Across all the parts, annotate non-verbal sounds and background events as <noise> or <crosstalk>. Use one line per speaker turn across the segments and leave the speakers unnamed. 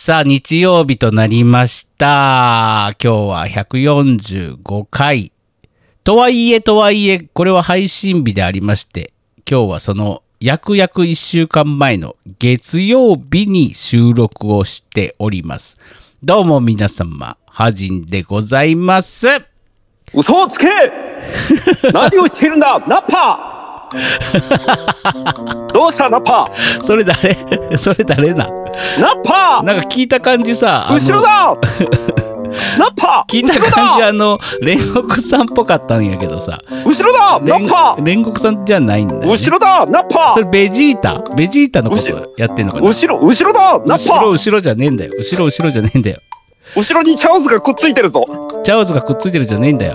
さあ、日曜日となりました。今日は145回。とはいえ、とはいえ、これは配信日でありまして、今日はその約約1週間前の月曜日に収録をしております。どうも皆様、はじんでございます。
嘘をつけ
<laughs>
何を言っているんだナッパ
<laughs>
どうしたナッパ
それ誰それ誰な
ナッパ
なんか聞いた感じさ、あの
後ろだ
<laughs>
ナッパ
聞いた感じあの煉獄さんっぽかったんやけどさ
後ろだナ
煉
ッパ
煉獄さんじゃないんだよ、ね、
後ろだナッパ
それベジータベジータのことやってんのかな
後ろ後ろだナッ
後ろ
パ
後ろじゃねえんだよ後ろ後ろじゃねえんだよ
後ろにチャンスがくっついてる
<laughs>
ぞ
チャオズがくっついてるじゃねえんだよ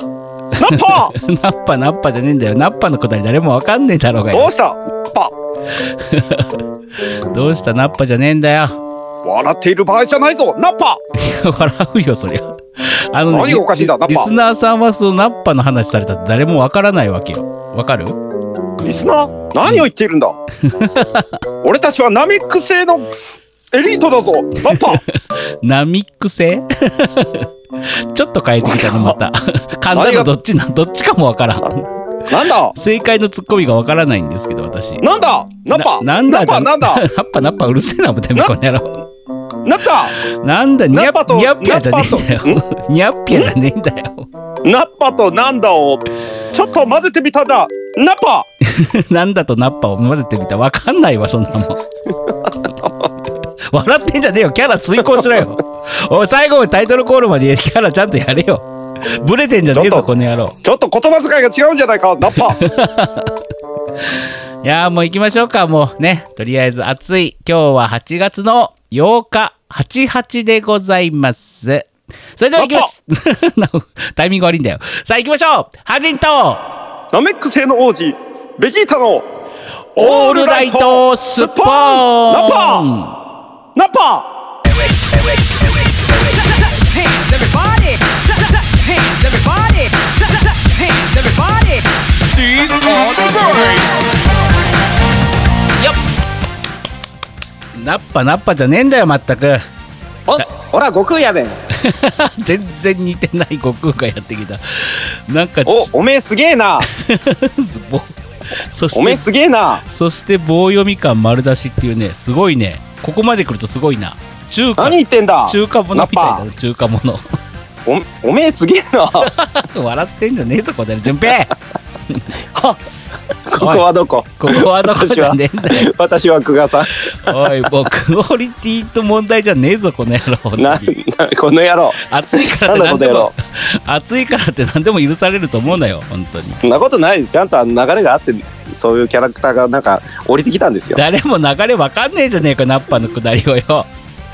ナッパ
<laughs> ナッパナッパじゃねえんだよナッパの答え誰もわかんねえだろうが
ど
よ
うしたナッパ
どうしたナッパじゃねえんだよ <laughs>
笑っている場合じゃないぞナッパ
笑うよそりゃあのね
何がおかしいんだナッパ
リスナーさんはそのナッパの話されたって誰もわからないわけよわかる
リスナー何を言っている
<laughs>
んだ俺たちはナミック製のエリートだぞナッパ
ナミック星 <laughs> ちょっと変えてきたの
<laughs>
また簡単のどっちなどっちかもわからん
なんだ
正解のツッコミがわからないんですけど私
なんだナッパ
ななんだ
ナッ
じゃ
パなんだ
ナッパナッパうるせえなもうてめえこの野郎
ナッパ
なんだニャ
ナッパと
ニャッピャじゃねえんだ
ナ
よニャッピャじゃねえんだよ <laughs>
ナッパとなんだをちょっと混ぜてみたんだナッパ
なんだとナッパを混ぜてみたわかんないわそんなもん <laughs> 笑ってんじゃねえよキャラ追行しろよおい最後のタイトルコールまでキャラちゃんとやれよブレてんじゃねえ
ちょっ
ぞ
と
この野郎
ちょっと言葉遣いが違うんじゃないかナッパ
いやーもう行きましょうかもうねとりあえず暑い今日は8月の8日88でございますそれでは行きまし <laughs> タイミング悪いんだよさあ行きましょうハジンと
ナメック星の王子ベジータの
オールライトスッポーン
ナッパナッパ
hands, everybody. Hands, everybody. Hands, everybody.
ナッパナッパじゃねえんだよ全く <laughs>
おすほら悟空やねん
全然似てない悟空がやってきたなんか
おおめえすげえな
<laughs> ぼそ
おめえ
して
すげえな
そして棒読み感丸出しっていうねすごいねここまで来るとすごいな中華
何言ってんだ
中華物みたい
ナ
だ
ッ
ね中華物 <laughs>
おおめえすげえなこ
笑ってんじゃねえぞこれ順平
こはどこ
ここはどこじゃねえんだよ
私は久我さん
おいもうクオリティと問題じゃねえぞこの野郎本
な
当に
な <laughs> この野郎
暑いからって
なん
何
だ
でも
こ
暑いからって何でも許されると思うなよ本当に
そんなことないちゃんとあの流れがあってそういうキャラクターがなんか降りてきたんですよ
誰も流れわかんねえじゃねえかナッパのくだりをよ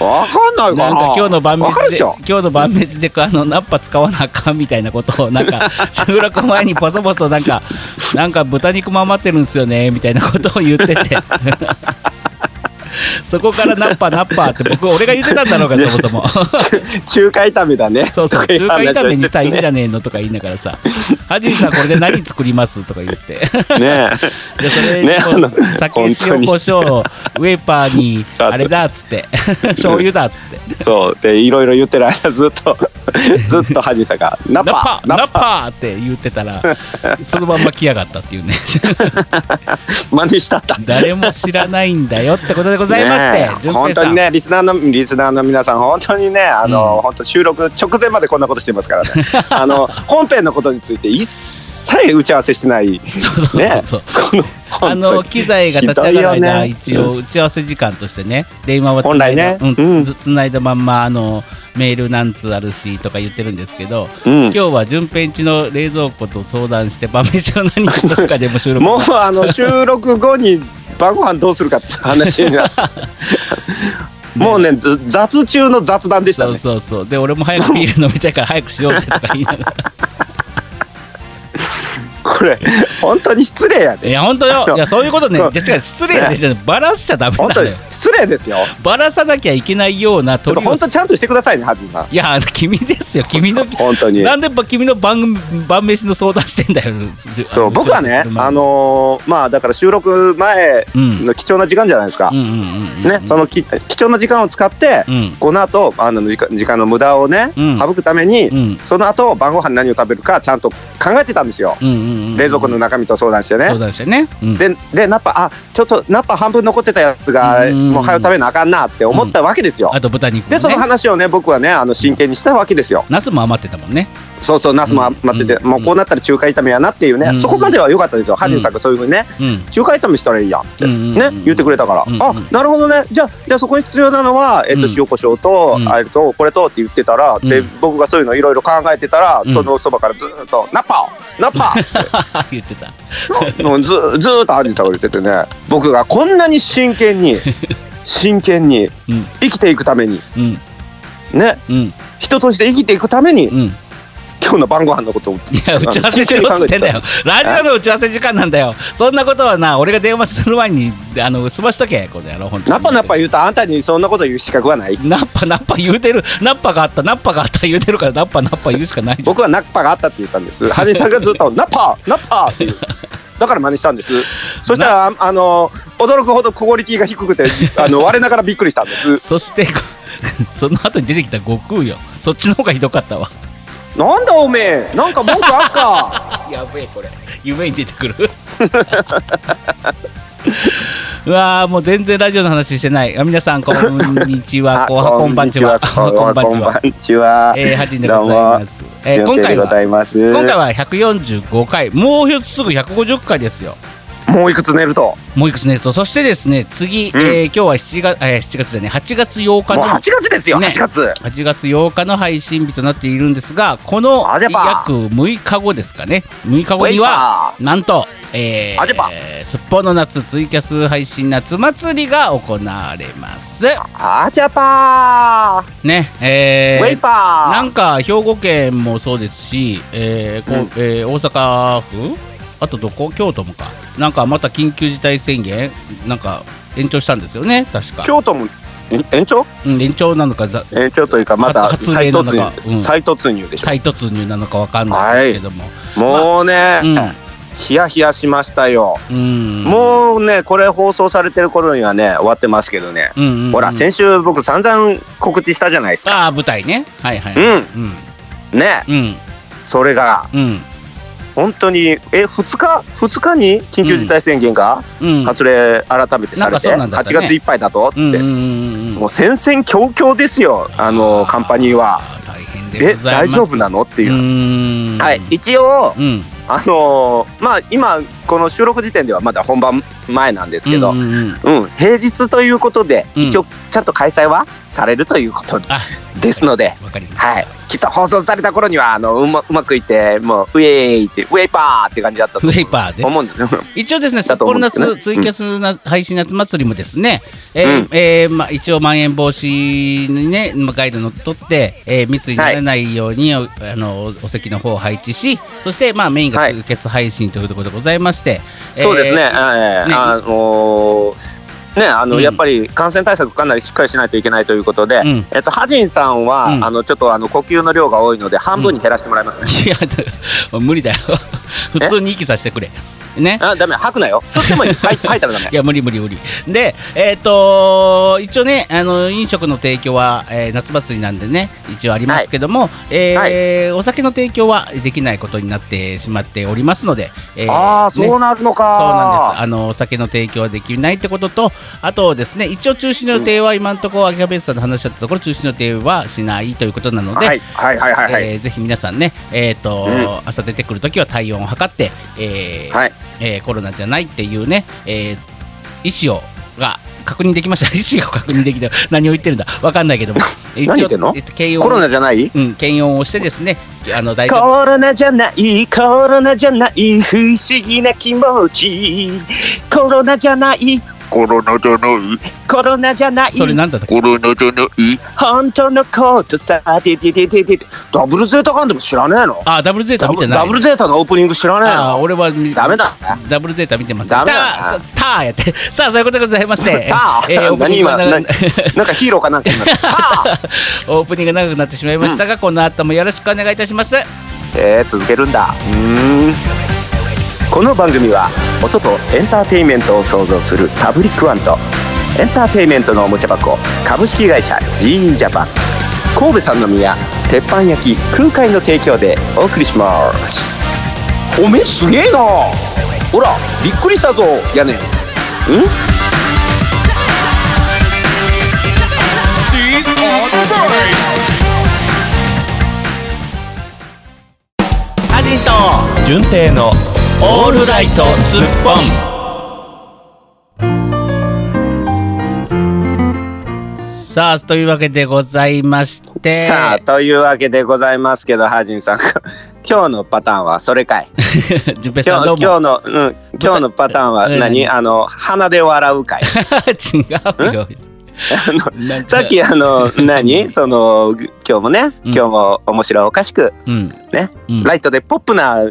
わかんないかな
なんか今日の晩
わか
飯
るで
で
しょ
今日の晩飯であのナッパ使わなあかんみたいなことをなん
<laughs>
か収録前にポソポソなんかなんか豚肉も余ってるんですよねみたいなことを言ってて <laughs> そこからナッパナッパって僕俺が言ってたんだろうかそも
<laughs>
そも
中華炒めだね
そうそう
とかい
中華
話を
炒めにしたらいいん
して
じゃねえのとか言いながらさ「はじいさんこれで何作ります?」とか言って
<laughs> ねね
でそれ
ね
こう
あの
酒
本当
塩
に
コショウウェーパー
<laughs>
に
ちょっと
あれだっつって <laughs> 醤油だっつって
えそうでいろいろ言ってる間ず
<laughs>
っとずっと恥さが「ナッ
ナッパ
パ
ナッパーって言ってたら <laughs> そのまんま来やがったっていうね <laughs>
真似したった」
誰も知らないんだよってことでございまして、
ねえ
順
本
平
当
さ
に
ん、
ねリスナーのリスナーの皆さん本当にねあの、
うん
本当収録直前までこんなことしてま
<laughs>
すからねあの本編のことについて一切打ち合わせしてない
そうそう
ね
そう
この
あ
本当
の
に
機材が立ち上がる
ひどい
間、
よね
一応打ち合わせ時間としてね、電話はつないだ、
本来ね
うん
うん
つつないだまんまあのメール何通あるしとか言ってるんですけど、
うん
今日は順平んちの冷蔵庫と相談して晩飯を何にするかでも収録
もうあの収録後に晩ご飯どうするかって話に
<laughs>
なってもうねず雑中の雑談でした
そう
ね
そうそうで俺も早くビール飲みたいから早くしようぜとか言いながら
これ本当に失礼やで
いや、本当よ。
の
いや、そういうことね。
うん
じゃあ違う失礼やで、
ね
じゃあバラしちゃダメ
本
なの
当に
よ。
失礼ですよ
バラさなきゃいけないような
ちょ
鳥
っと
を
本。当ちゃんとしてくださいねハズさん
いや、あの君ですよ。君の。
本当に
なんでば君の番組晩飯の相談してんだよ。
そう僕はねあ、のーまあだから収録前
うん、
の貴重な時間じゃないですか
う、んうんうんうん
ねそのき貴重な時間を使って、
うん
この後あの時間時間の無駄をね、
うん
省くために、
うん
その後晩ご飯何を食べるかちゃんと考えてたんですよ、
うんうんうん
冷蔵庫の中身と相談してね、
相談してね。うん
ででナパあちょっとナパ半分残ってたやつが
うん
もう早く食べなあかんなって思ったわけですよ、
あと豚肉もね。
でその話をね僕はねあの真剣にしたわけですよ
ナスも余ってたもんね。
そうそうナスも余ってて、
うん
もうこうなったら中華炒めやなっていうね、
うん
そこまでは良かったですよ、ハジンさんがそういうふうにね
うん。
中華炒めしたらいいやんって、
うん
ね言ってくれたから、
うん
あなるほどねじゃあじゃあそこに必要なのは、えっと
うん
塩コショウと、
うん
あれとこれとって言ってたら、で
うん
僕がそういうのいろいろ考えてたら、
うん
そのそばからずーっと「ナパーナパー!」
<laughs> 言ってた。
も <laughs> うずずーっとアンジさんが言っててね僕がこんなに真剣に真剣に
うん
生きていくために
うん
ね
うん
人として生きていくために
うん。い
今日の晩ご飯のことを
や打ち合わせしろっつってんだよ。ラジオの打ち合わせ時間なんだよ。そんなことはな、俺が電話する前にあの済ましとけこの野郎本当に
ナパナパ言うとあんたにそんなこと言う資格はない
ナッパナッパ言うてるナッパがあったナッパがあった言うてるからナッパナッパ言うしかないじゃん
僕はナッパがあったって言ったんですはじさんがずっ
<laughs>
と「ナッパーナッパー」って言うだから真似したんですそしたらああの驚くほどクオリティが低くてあの我ながらびっくりしたん
<laughs>
です
そしてこその後に出てきた悟空よそっちの方がひどかったわ <laughs>
なんだおめえなんか文句あっか
<laughs> やべえこれ夢に出てくる <laughs> うわーもう全然ラジオの話してないあ皆さんこんにちは
<laughs> あ
こんはこんばんちは <laughs>
こんばんちは。こんばんちは。
えー、はじんでございます、えー
どうも。
今
今
回
回ござ
はい
ます。
今回は145回もうすぐ150回ですよ
もういくつ寝ると。
もういくつねとそしてですね次、
うん
えー今日は7月、えー、7月じゃね8月8日
もう
の
八月ですよ。
ね
八月。
8月8日の配信日となっているんですがこの
あじゃば
約6日後ですかね6日後にはなんと、え
あじゃば
ー、すっぽんの夏ツイキャス配信夏祭りが行われます
あちゃぱ
ね
ー。
え
ウェイ
ーな
パ
んか兵庫県もそうですし、えーこう
うん
えー大阪府あとどこ京都もかなんかまた緊急事態宣言なんか延長したんですよね確か
ー。京都もえ延長？
うん延長なのかざ
延長というかまた
初
再
例なの
突
かう
入。
ん
再突入でしょ。
再突入なのかわかんないですけども、
もう
うん
ね、ヒヤヒヤしましたよ。
うん
もうね、これ放送されてる頃にはね、終わってますけどね。
うんうんうん
ほら先週僕散々告知したじゃないですか。
ああ舞台ねはいはい
うん
うん
ね、
うん
それが。
うん
本当にえ2日2日に緊急事態宣言が
うん
発令改めて
な
されて、
んかそうなんだった
8
ね
月いっぱいだとっつ
う
っ
ん
て、
うんうんうん
もう戦々恐々ですよあのカンパニーは
あー大変で
え
ございま
大
す
丈夫なのって
て
いう、
う
はい一応
うん
あのーまあ今この収録時点ではまだ本番前なんですけど、う
うんんうんうん
平日ということで、
うん
一応ちゃんと開催はされるということ
あ
ですので、
わかりました
はい、きっと放送された頃にはあのうまうまくいってもうウェーイってウェイパーって感じだったと
ウ
思う
ェイパーで
思うんですよ。
一応ですね、札
だと思
幌
うんですけど
夏
ね
ツイキャスな配信夏祭りもですね、えー
うん
えーまあ、一応、まん延防止にね、まあガイドのっとって、えー密にならないように、おあのお席の方を配置し、そして、まあ、メインが
はい
ツイキャス配信というところでございまして、
そうですね、
え
え
ー
え
ね
あのーね、あの
うん
やっぱり感染対策かなりしっかりしないといけないということで、
うん
えっと、ハジンさんは、
うん
あのちょっとあの呼吸の量が多いので半分に減らしてもらいますね、
いや、 <laughs> だ無理だよ。普通に息させてくれ。ね。
あダメ吐くなよ吸って
<laughs>
もいい吐い吐いたらダメ
いや無理無理無理でえっ、と一応ねあの飲食の提供は、えー夏祭りなんでね一応ありますけども、えーお酒の提供はできないことになってしまっておりますので、えー
ああ
ね
そうなる
そうなんで
の
す
か
あのお酒の提供はできないってこととあとですね一応中止の予定は今のところ、秋葉ベースさんの話しちゃったところ中止の予定はしないということなので、
はいはいはいはいはい、
えーぜひ皆さんね、えーと
う
朝出てくるときは体温を測って、えー
はい
えーコロナじゃないっていうね、えー、意思をが確認できました、 <laughs> 意思が確認できた、何を言ってるんだ、わかんないけども、一応
<laughs> 何言ってんの
えっと検温
コロナじゃない
うん、検温をしてですね、あの大
コ
丈夫。
ロナじゃないコロナじゃない不思議な気持ちコロナじゃない
コロナじゃない
コロナじゃない
それなんだったっけ
コロナじゃない
本当のことさててててててダブルゼータガンダム知らねえの
あ、ダブルゼータ
ダ
見
ブ
てない。
ダブルゼータのオープニング知らねえ
あ
の
俺は見
ダメだな
ダブルゼータ見てます。
ダメだな
ターさターやって。さあ、そういうことでございま
<laughs>
して。
ター、
えーオープニ
何
ング
今
が
何なん
長
か
く
ヒーローかなんか今ター
<laughs> オープニングが長くなってしまいましたが、この後もよろしくお願いいたします。
えー、続けるんだうーんこの番組は音とエンターテインメントを創造するパブリックワンとエンターテインメントのおもちゃ箱株式会社 GE ジャパン神戸三宮鉄板焼き空海の提供でお送りしますおめえすげえなほらびっくりしたぞ屋根ん
These are birds.
アジト
純正の
オールライトスッポン。さあ、というわけでございまして。
さ
<laughs>
あというわけでございますけどハジンさん <laughs> 今日のパターンはそれかい
純平 <laughs> さ
今
ん
日
どう
今
も。
日の、うん、今日のパターンは何、
うん
あの鼻で笑うかい
<laughs> 違うよ。
あの
<laughs> なんか
さっ、きあの何そのぐ今日もね、
うん
今日も面白おかしく
うん、
ね、
うん
ライトでポップな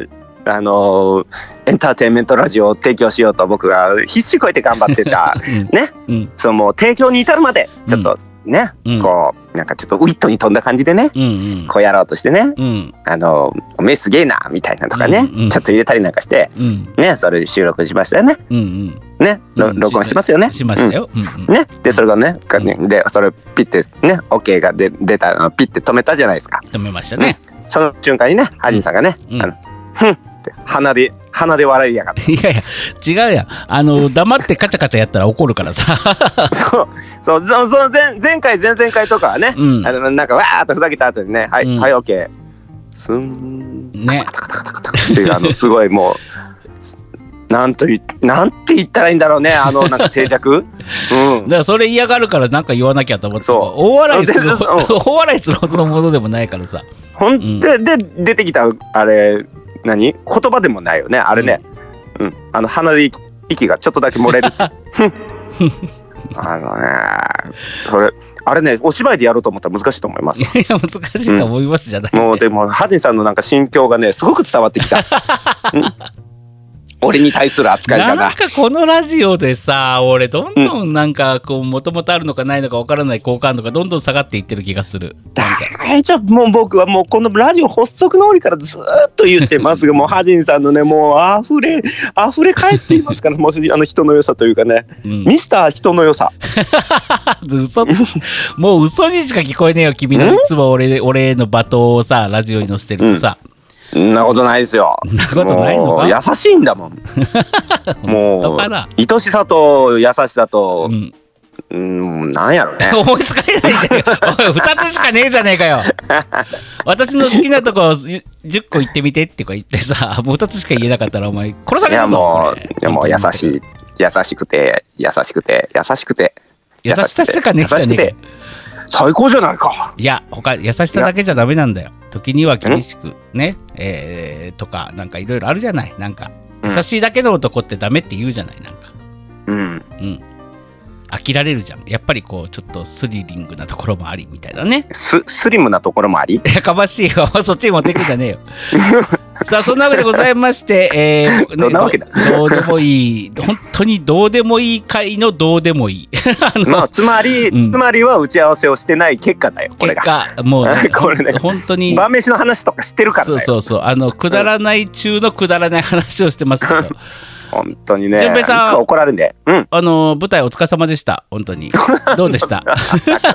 あのエンターテインメントラジオを提供しようと僕が必死こいて頑張ってたね
<laughs> うん、
そのもう提供に至るまでちょっとね、
うん
こうなんかちょっとウィットに飛んだ感じでね
うん、うん、
こうやろうとしてね
うん、
あのおめえすげえなみたいなとかね、
うんうん
ちょっと入れたりなんかして
うん、うん、
ねそれ収録しましたよね
うん、
ね、ろ
うん
録音してますよね。
しましたよ。うん、うん
うんね、でそれがね、か
う
でそれピッてね OK が出出たのピッて止めたじゃないですか
止めましたね。
その瞬間にねハジンさんがね「
うん
あのふん」って鼻で鼻で笑いやがっ
<laughs> いやいや、違うやん。あの、黙ってカチャカチャやったら怒るからさ。 <laughs>
たそうそうそうそう前前回前々回とかはね、
うん
あのなんかわーっとふざけた後にね「はい、
うん
はい OK」すん
ね。
っていうあのすごいも
<laughs>
うなんといなんて言ったらいいんだろうねあのなんか
<laughs>
静寂うん
だからそれ嫌がるからなんか言わなきゃと思って
そう
大笑いする
全然そう
<laughs> 大笑いするほどのものでもないからさ
ほ
ん
んで、で出てきたあれ何言葉でもないよねあれね、うんあの鼻で息息がちょっとだけ漏れるっていう <laughs> ふんあのねそれあれねお芝居でやろうと思ったら難しいと思い <laughs> ます
いや難しいと思いますじゃない、
もうでもハジンさんのなんか心境がねすごく伝わってき <laughs> た、うん俺に対する扱い
な
だ
ん
な
かこのラジオでさ俺どんどんなんかこうもともとあるのかないのかわからない好感度がどんどん下がっていってる気がする
大丈夫もう僕はもうこのラジオ発足の折からずーっと言ってますがもうハジンさんのねもう溢れ溢れ返っていますからもうあの人の良さというかね
うん、 <laughs>
ミスター人の良さ。 <laughs>
嘘つもう嘘にしか聞こえねえよ君のいつも俺俺への罵倒をさラジオに載せてるとさ、
んなことないですよ。
そんなことないの
もう
か
優しいんだもん。
<laughs> 本
も
当
う
かな
愛しさと優しさと
う、ん、
うん、なんや
<laughs>
ろ <laughs> ね。
思いつかれないじゃんおい2つしかねえじゃねえかよ私の好きなとこ10個言ってみてってか言ってさもう2つしか言えなかったらお前殺さ
い
れ
や
るぞ
も
これ
う、いやもう優しい、優しくて、優しくて、優しくて。
優しさしかねえじゃねえかよ
優しくて最高じゃないか。
いや他優しさだけじゃダメなんだよ時には厳しくねえーとかなんかいろいろあるじゃないなんか
うん
優しいだけの男ってダメって言うじゃないなんか
うん。
うん飽きられるじゃんやっぱりこうちょっとスリリングなところもありみたいなね
ス、スリムなところもあり。
いやかましいよそっちに持っていくんじゃねえ
<laughs>
よさあそんなわけでございまして、えーね
<laughs> どんなわけだ
どうどうでもいい本当にどうでもいい回のどうでもいい
まあ、つまり、
うん
つまりは打ち合わせをしてない結果だよ、これ
結
が。
果もう、
<laughs> これね
本当に
晩飯の話とかしてるからだ
そ
よ
う。そうそうあのくだらない中のくだらない話をしてますけど
本当にね。
順平さん
いつか怒られるんで。うん。
あの舞台お疲れ様でした本当にどうでした
<laughs>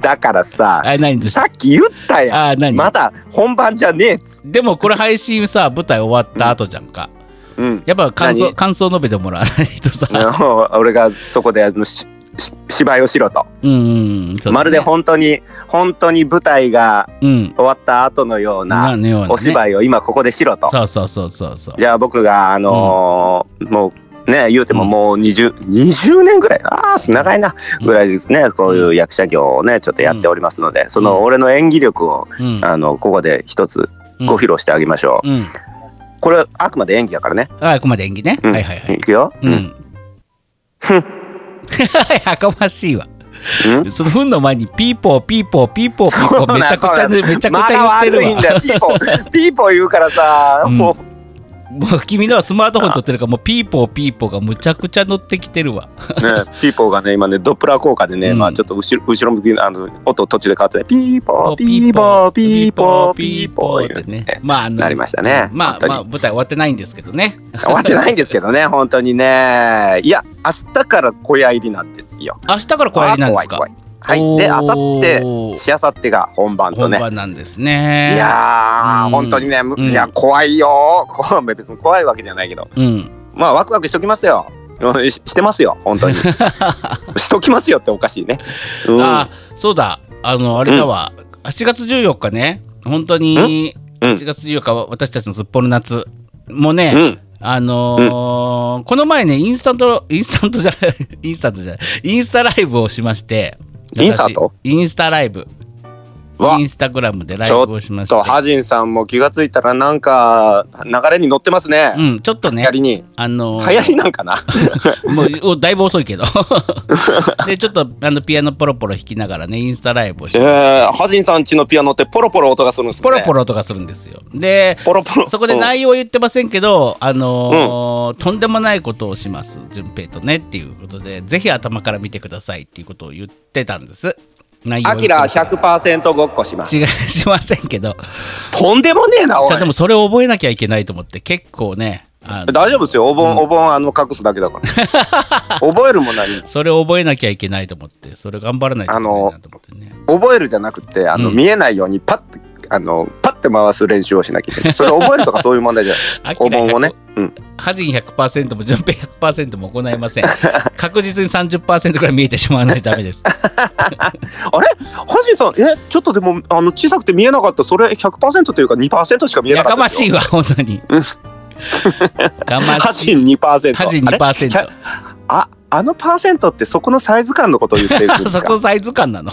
だからさ、
あ何です
さっき言ったやん。
あ何、
まだ本番じゃねえっつ。
でもこれ配信さ舞台終わった後じゃんか、
うん。
やっぱ感想
何
感想述べてもらわないとさ、
あの俺がそこであのしし芝居をしろと、
うんうんそうだね
まるで本当に本当に舞台が
うん
終わった後のような
のようなね
お芝居を今ここでしろと、
そうそうそうそうそう。
じゃあ僕があのーもうね言うてももう 20,、20年ぐらいああ長いな
うん
ぐらいですね、こういう役者業をねちょっとやっておりますので、その俺の演技力を
うん
あのここで一つ
うん
ご披露してあげましょう、
うん。
これはあくまで演技だからね、
ああくまで演技ね。
うん
はいはいはい
い。くよ、
うん。 <laughs> やかましいわ
ん
その糞の前にピーポーピーポーピーポーピー
そ
ポ
うな
ー
ん
めちゃくちゃね
そうな
め
ん
ちゃくちゃ言ってる
まだ悪いん
わ、
だよピーポーピーポー言うからさ、
うん
もう
もう君のはスマートフォン撮ってるからもうピーポーピーポーがむちゃくちゃ乗ってきてるわ
ね、ピーポーがね、今ね、ドップラー効果でね、
うん
まあちょっと後ろ後ろ向きのあの音途中で変わってね、ピーポー、ピ
ピ
ー
ー
ポ
ポ
ー、
ー
ピ
ピー
ーポ
ポ
ー、
ー
ピ
ピ
ー
ー
ポ
ポ
ー
ー
っ
ってて
ね
ね。まああの
なりましたね。
ま
本当
あ
に
まあ舞台終わってないんですけどね
終わってないんですけどね、本当にね。いや、明日から小屋入りなんですよ。
明日から小屋入りなんですか
あー怖い怖いはい。で、あさって、
おー
しあさってが本番と
本
ね。
番なんです
い
ね
やー、
うん
本当にね、む
うん
いや、怖いよー。こう別に怖いわけじゃないけど、
うん
まあ、ワクワクしときますよ。ししてますよ、本
<laughs>
当に。しときますよっておかしいね。うん
あそうだあのあれだわ、8月14日ね本当に
うん
8月14日は私たちのすっぽんの夏もね、
うん。
あのーこの前ねインスタントインスタントじゃない <laughs> インスタントじゃないインスタライブをしまして私
インスタと
インスタライブ
わ
インスタグラムでライブをしまし
と
て
ハジンさんも気がついたらなんか流れに乗ってますね。
うん、ちょっと
流
ね
行、りに
あの
流
ー
行りなんかな。
もうおだいぶ遅い
<laughs>
けどでちょっとあのピアノポロポロ弾きながらねインスタライブをし
え
て
ー、ハジンさん家のピアノってポロポロ音がするんですね。
ポロポロとかするんですよで
ポロポロ。
そこで
うん
内容は言ってませんけど、あのーとんでもないことをします、順平とねっていうことで、ぜひ頭から見てくださいっていうことを言ってたんです。内容は
ア
言
キ
って
ラ
ませんが
100%ごっこします。
違いしませんけど、
とんでもねえなおい
じゃ。あでもそれを覚えなきゃいけないと思って、結構ね、あの
大丈夫ですよ。お盆、お盆あの隠すだけだか
<laughs>
ら。覚えるも何も
それを覚えなきゃいけないと思って、それ頑張らないといけないなと思ってね。
覚えるじゃなくてあの、
うん
見えないようにパッてあのパッて回す練習をしなきゃ
<laughs>
いけない。それ覚えるとかそういう問題じゃない。
アキ
お
ラ
盆
100
をね。うん。
ハジン100%も順平100%も行いま
<laughs>
せん。確実に30%くらい見えてしまわないとダメです。
あれハジンさん、え、ちょっとでも、あの、小さくて見えなかった、それ100%というか2%しか見えな
や
か
か
った
ま
です
し
よ。
いわ、本当
<laughs>
に。
うん
やか
ハ
まし
ジ
い。
ン2%。
ハジン
あ
<laughs>
れ
2%。
あ、あのパーセントってそこのサイズ感のことを言ってるんです
<laughs> そ
か
こサイズ感なの。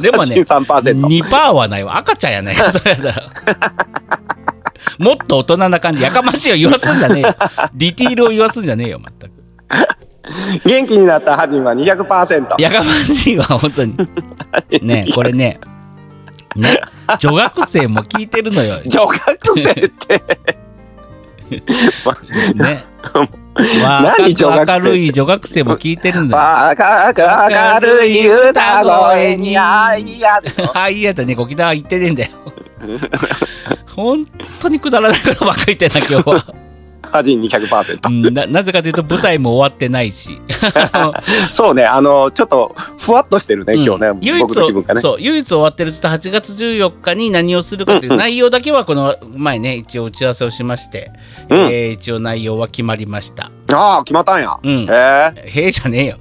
でもね、
ハジン3%。
2%はないわ。赤ちゃんやない
<laughs>
か、それだら。もっと大人な感じ。やかましいを言わすんじゃねえ
<laughs>
よ。ディティールを言わすんじゃねえよ、全く。
元気になったハジンは200%。
やかましいわ、本
<laughs>
当に。ねえこれね。ね、女学生も聞いてるのよ。
女学生って、
ね。
<laughs> 何女学生って
明るい女学生も聞いてるのよ。
赤く明るい歌声に、あ
<laughs>
いやでしょ、
あいやじゃね、ごきた言ってねえん
<laughs>
だよ。本当にくだらないことばっかり言ってんな、今日
<laughs>
は。
ハジン200%
う。んななぜかというと、舞台も終わってない
<laughs>
し。
そうね、あの、ちょっと、ふわっとしてるね、今
う
日
ん
ね、
唯一
僕の気分がね。
そう唯一終わってるっつった8月14日に何をするかといううん内容だけはこの前ね一応打ち合わせをしまして、
うん
えー一応内容は決まりました。 <laughs>
ああ、決まったんや。
う
へ
ん
え。
へえじゃねえよ。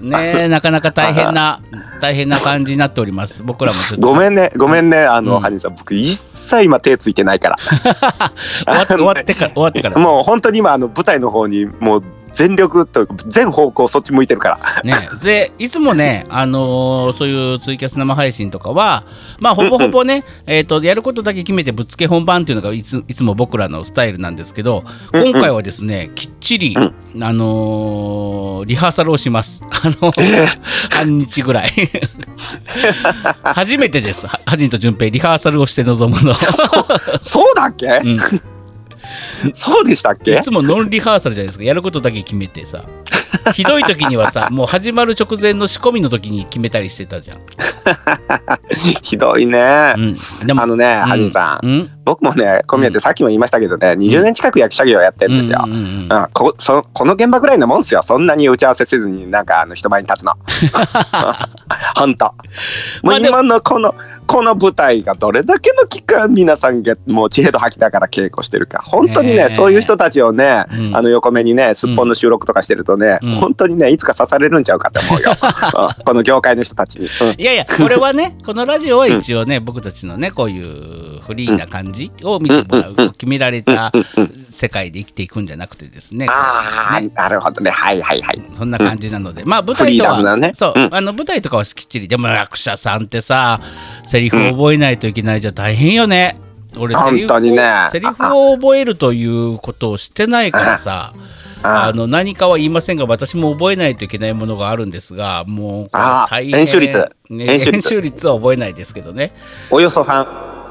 ねえなかなか大変
<laughs>
な大変な感じになっております。僕らもちょっと
ごめんね、ごめんね、あの、
うん
ハニーさん、僕一切今手ついてないか、
<laughs> <laughs> 終わっ終わってから終わってからら
もう本当に今あの舞台の方にもう全力というか全方向そっち向いて
<laughs>
るから、
ね。でいつもねあのーそういうツイキャス生配信とかはまあほぼほぼねえっとやることだけ決めてぶっつけ本番っていうのがいついつも僕らのスタイルなんですけど
うんうん
今回はですねきっちりあのーリハーサルをします。 <laughs> あの半日ぐらい <laughs> 初めてです。ははじんとじゅんぺいリハーサルをして臨むの。
<laughs> そうだっけ、
うん
そうでしたっけ
いつもノンリハーサルじゃないですかやることだけ決めてさひどい時にはさもう始まる直前の仕込みの時に決めたりしてたじゃん、
ひどいね、
うん、で
あのね、
う
ハニーさん、
うん
僕もねこう見えてさっきも言いましたけどね、20年近く役者業やってるんですよ、
う
うん
んうんうん
こそこの現場ぐらいなもんですよそんなに打ち合わせせずになんかあの人前に立つの <laughs> ほんとも
ま
う
あでも
今のこのこの舞台がどれだけの期間皆さんがもう知恵と吐きながら稽古してるか本当にね
ねえ
そういう人たちをね、
うん
あの横目にねすっぽんの収録とかしてるとね、
うん
本当にねいつか刺されるんちゃうかって思う
<laughs>
よ、うんこの業界の人たちに、うん
いやいやこれはねこのラジオは一
<laughs>
応ね、僕たちのねこういうフリーな感じを見てもらう、決められた世界で生きていくんじゃなくてですね
ああなるほどねはいはいはい
そんな感じなので、まあ舞
フ
台
リー
と
ダム
は、
だね
そう、
うん
あの舞台とかはきっちりでも役者さんってさセリフを覚えないといけないじゃ大変よね、俺セリフ
本当にね
セリフを覚えるということをしてないからさ
あ
あの何かは言いませんが私も覚えないといけないものがあるんですがもう
あー
大変
円周率
ね
円周率
円周率は覚えないですけどね
およそ半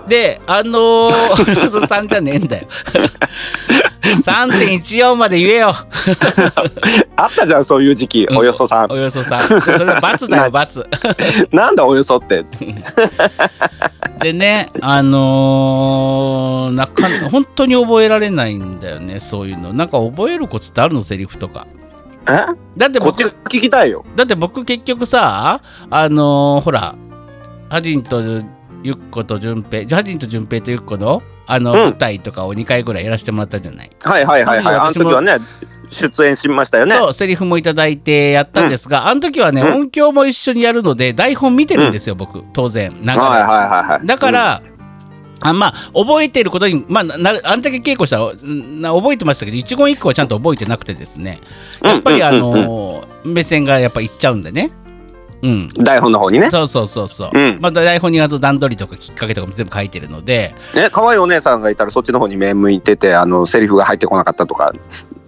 であのー、 <laughs> およそ3じゃねえんだよ <laughs> 3.14まで言えよ
あったじゃんそういう時期およそ三
およそ3それは罰だ
<laughs> な
よ罰
なんだおよそって
でねあのー、なか本当に覚えられないんだよねそういうのなんか覚えるコツってあるのセリフとか
え
だって
こっち
僕
聞きたいよ
だって僕結局さあのーほらハジンとゆっこと順平ハジンと順平とゆっこのあの
うん
舞台とかを2回ぐらいやらせてもらったじゃない、
はいはいはいはいあの
私
時
も
はね出演しましたよね
そうセリフもいただいてやったんですが、あの時はね、
うん
音響も一緒にやるので台本見てるんですよ、僕当然な
はい
がら
はいはいはい
だから、あまあ、覚えていることに、まあ、ななあんだけ稽古したらうんな覚えてましたけど一言一句はちゃんと覚えてなくてですねやっぱり、
うん
あ
うんうんうん
のー目線がやっぱいっちゃうんでね、うん、
台本の方にね
そうそうそうそう、
うん
まあ、台本にあと段取りとかきっかけとかも全部書いてるので
え可愛いお姉さんがいたらそっちの方に目向いててあのセリフが入ってこなかったとか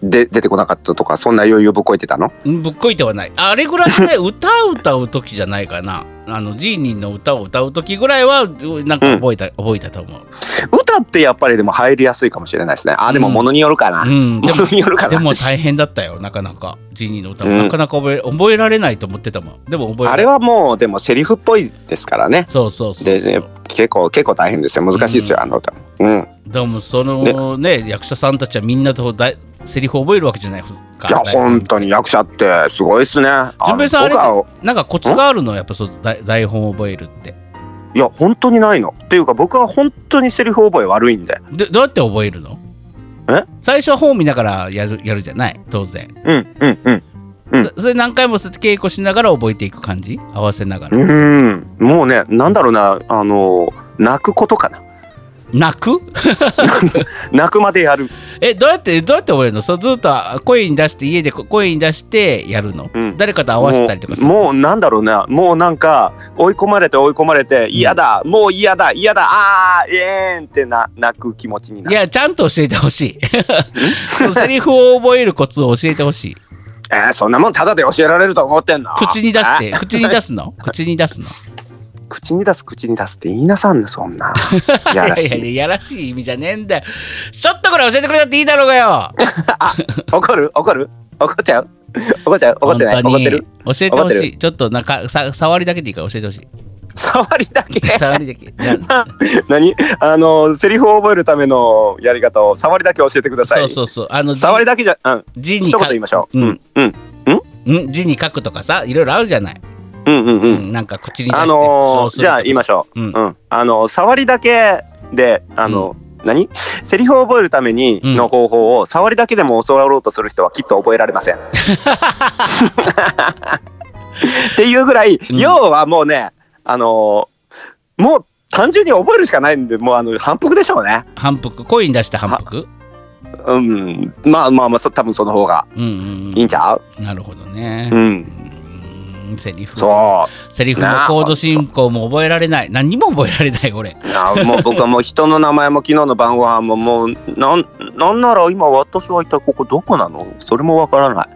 で出てこなかったとかそんな余裕ぶっこいてたの
うんぶっこいてはないあれぐらい
<laughs>
ね歌を歌う時じゃないかなあのジーニーの歌を歌う時ぐらいはうなんか覚えた、覚えたと思う、
歌ってやっぱりでも入りやすいかもしれないですねあでも
うん
物によるかな、
うん、でも
物によるか
で
な
も大変だったよなかなかジーニーの歌も、
うん
なかなか覚え覚えられないと思ってたもんでも覚えら
あれはもうでもセリフっぽいですからね
そうそうそうそう
でね結構結構大変ですよ難しいですよ、
うん
あの歌うんい
でもそのね役者さんたちはみんなとだいセリフを覚えるわけじゃないですか
や本当に役者ってすごいですね
純平さんあ
あの
れ
僕は
なんかコツがあるのやっぱそうだい台本を覚えるって
いや本当にないのっていうか僕は本当にセリフ覚え悪いんで
でどうやって覚えるの
え
最初は本を見ながらやるやるじゃない当然、
うんうんうんうん
そそれ何回も稽古しながら覚えていく感じ合わせなが
う
ら、
んもうねなんだろうなあの泣くことかな
泣く <laughs>
泣くまでやる
えどうやってどうやって覚えるのそうずっとあ声に出して家でこ声に出してやるの、
うん
誰かと合わせたりとかする
もうもうなんだろうなもうなんか追い込まれて追い込まれて嫌だもう嫌だ嫌だあーえーんってな泣く気持ちにないる
やちゃんと教えてほしいそ <laughs> のセリフを覚えるコツを教えてほしい
えーそんなもんただで教えられると思ってんの
口に出して
あ
口に出すの口に出すの
口に出す口に出すって言いなさんねそ
<laughs>
んなやらしい
やややらしい意味じゃねえんだよちょっとこれ教えてくれたっていいだろうがよ
怒る怒る怒っちゃう怒っちゃう怒ってな
本
い
当
怒っ
に
てる
教えて
怒
ほ
っ
していちょっとなんかさ触りだけでいいから教えてほし
<laughs>
い
触りだけ
<laughs> 触りだ
<laughs>
けな
何あのセリフを覚えるためのやり方を触りだけ教えてください
そうそうそうあの
触りだけじゃうん
字
一
に
言言いましょう、
うん
うん
うん字に書くとかさいろいろあるじゃない、
うんうんう
うんん、なんか口に出して
あのーじゃあ言いま
し
し
ょ
ょ
う
う、うん、あの触りだけであの、何セリフを覚えるためにの方法を触りだけでも教わろうとする人はきっと覚えられません。っていうぐらい、
うん
要はもうねあのーもう単純に覚えるしかないんでもうあの反復でしょうね。
反復声に出した反復
うん、まあまあまあそ多分その方が
うんうん
いいんちゃう、
うんなるほどね
うん
うんセリフ
そう
セリフも
なあ
コード進行も覚えられない何にも覚えられない俺
あもう僕はもう人の名前も昨日の晩ご飯ももうなんなんなら今私は一体ここどこなのそれもわからない。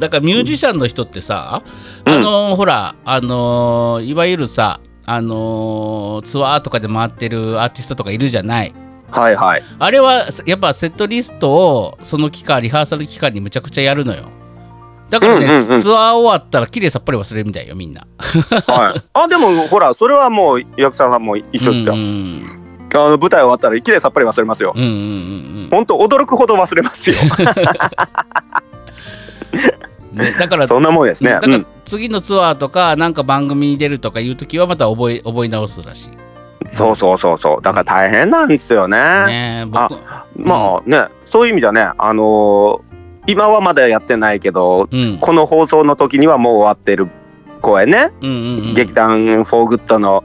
だからミュージシャンの人ってさ、
うん
あのーほら、あのーいわゆるさ、あのーツアーとかで回ってるアーティストとかいるじゃない。
はいはい。
あれはやっぱセットリストをその期間、リハーサル期間にむちゃくちゃやるのよ。だからね、
うんうんうん
ツツアー終わったら綺麗さっぱり忘れるみたいよ、みんな。
はい、 <laughs> あでもほらそれはもう役者さんも一緒ですよ。
うん
あの舞台終わったらきれいさっぱり忘れますよ。
うんうんうん
本当驚くほど忘
<laughs>
れますよ。
うんねだから、
そんなもんですね。
だか
う
ら
ん、
次のツアーとか、なんか番組に出るとかいう時はまた覚え覚え直すらしい。
そうそうそうそう。だから大変なんですよね。
ねえ僕
まあね、そういう意味じゃね、あのー今はまだやってないけど、
うん
この放送の時にはもう終わってる公演ね。
うんうんうん
劇団「フォーグッドの」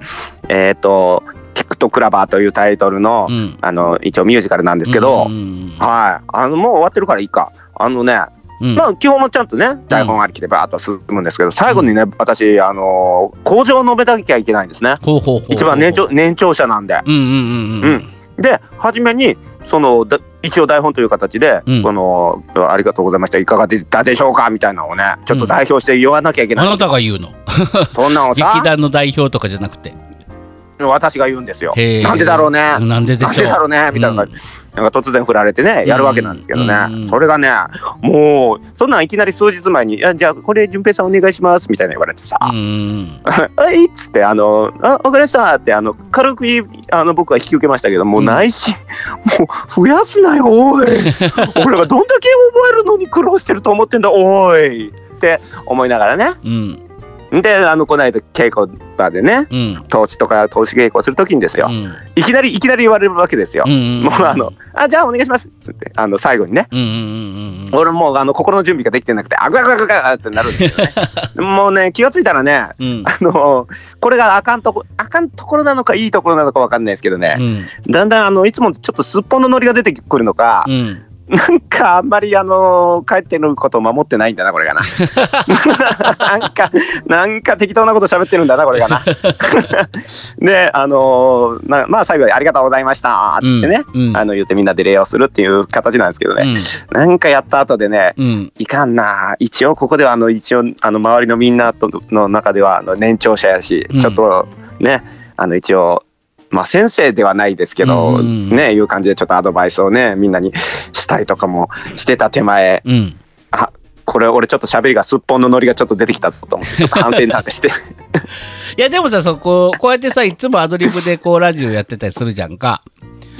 えっ、と「キックとクラバー」というタイトルの,、
うん
あの一応ミュージカルなんですけど、
うんうん
はいあのもう終わってるからいいかあのね、
うんうん
まあ基本もちゃんとね台本ありきでバーッと進むんですけど最後にね、私あの工場を述べなきゃいけないんですね
ほうほうほうほう
一番年長年長者なんで。
うんうんうん
うんで初めにそのだ一応台本という形で、
うん
この「ありがとうございましたいかがでしたでしょうか?」みたいなのをねちょっと代表して言わなきゃいけ
あ
ない
な
んですよ、
たが言うの
そんなのをさ
劇団の代表とかじゃなくて
私が言うんですよ
へー
なんでだろうね
なんででしょ
な
うん
でだろうねみたいな感じ、なんか突然振られてねやるわけなんですけどね、
うんうん
それがねもうそんなんいきなり数日前にいや「じゃあこれ順平さんお願いします」みたいな言われてさ「
うんうん
あい」っつって「あのあわかりました」ってあの軽くいあの僕は引き受けましたけどもうないし、もう増やすなよ
<laughs>
おい俺がどんだけ覚えるのに苦労してると思ってんだおいって思いながらね
うん
であのこないだ稽古場でね
うんうん
投資とか投資稽古するときにですよ、
うん
いきなりいきなり言われるわけですよ。
うん
もうあの「あじゃあお願いします」っつってあの最後にね
うんうんうん
俺もうあの心の準備ができてなくて「あぐあぐあぐあぐあ」ってなるんで
<laughs>
すよね。もうね気がついたらね
うんうん
あのこれがあかんとこあかんところなのかいいところなのかわかんないですけどね、
うん
だんだんあのいつもちょっとすっぽんのノリが出てくるのか、
うん
なん <laughs> かあんまりあの帰ってることを守ってないんだなこれが
<laughs>
ななんかなんか適当なこと喋ってるんだなこれがな
<laughs>
であのなまあ最後に「ありがとうございました」っつってね、
うん
あの言ってみんなで礼をするっていう形なんですけどね、
う
なんかやった後でね、
んうん
いかんな一応ここではあの一応あの周りのみんなとの中ではあの年長者やし、
うん
ちょっとねあの一応まあ先生ではないですけど、
うん
ねいう感じでちょっとアドバイスをねみんなにしたりとかもしてた手前
うん
あこれ俺ちょっと喋りがすっぽんのノリがちょっと出てきたぞ
<laughs>
と思ってちょっと反省なんかして
いやでもさそここうやってさいつもアドリブでこうラジオやってたりするじゃんか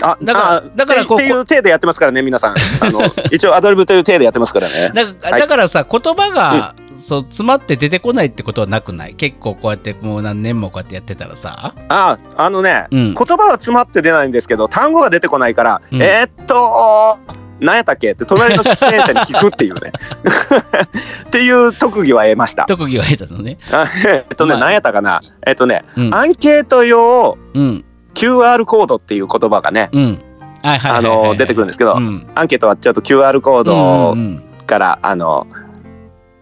あ
だから
あ
だから
って
こう
っていう体でやってますからね皆さんあの一応アドリブという体でやってますからね
<laughs> だか
はい
だからさ言葉が、そう詰まって出てこないってことはなくない結構こうやってもう何年もこうやってやってたらさ
ああのね、
うん
言葉は詰まって出ないんですけど単語が出てこないから、
うん
えーっと何やったっけって隣の出演者に聞くっていうね <laughs> っていう特技は得ました
特技は得たのね
あえっとね、
まあ
何やったかなえっとね、
うん
アンケート用
うん
QR コードっていう言葉がね
うんはいはい
あ
はいはいはい
の出てくるんですけど、
うん
アンケートはちょっと QR コー
う
ド
ん
から、あの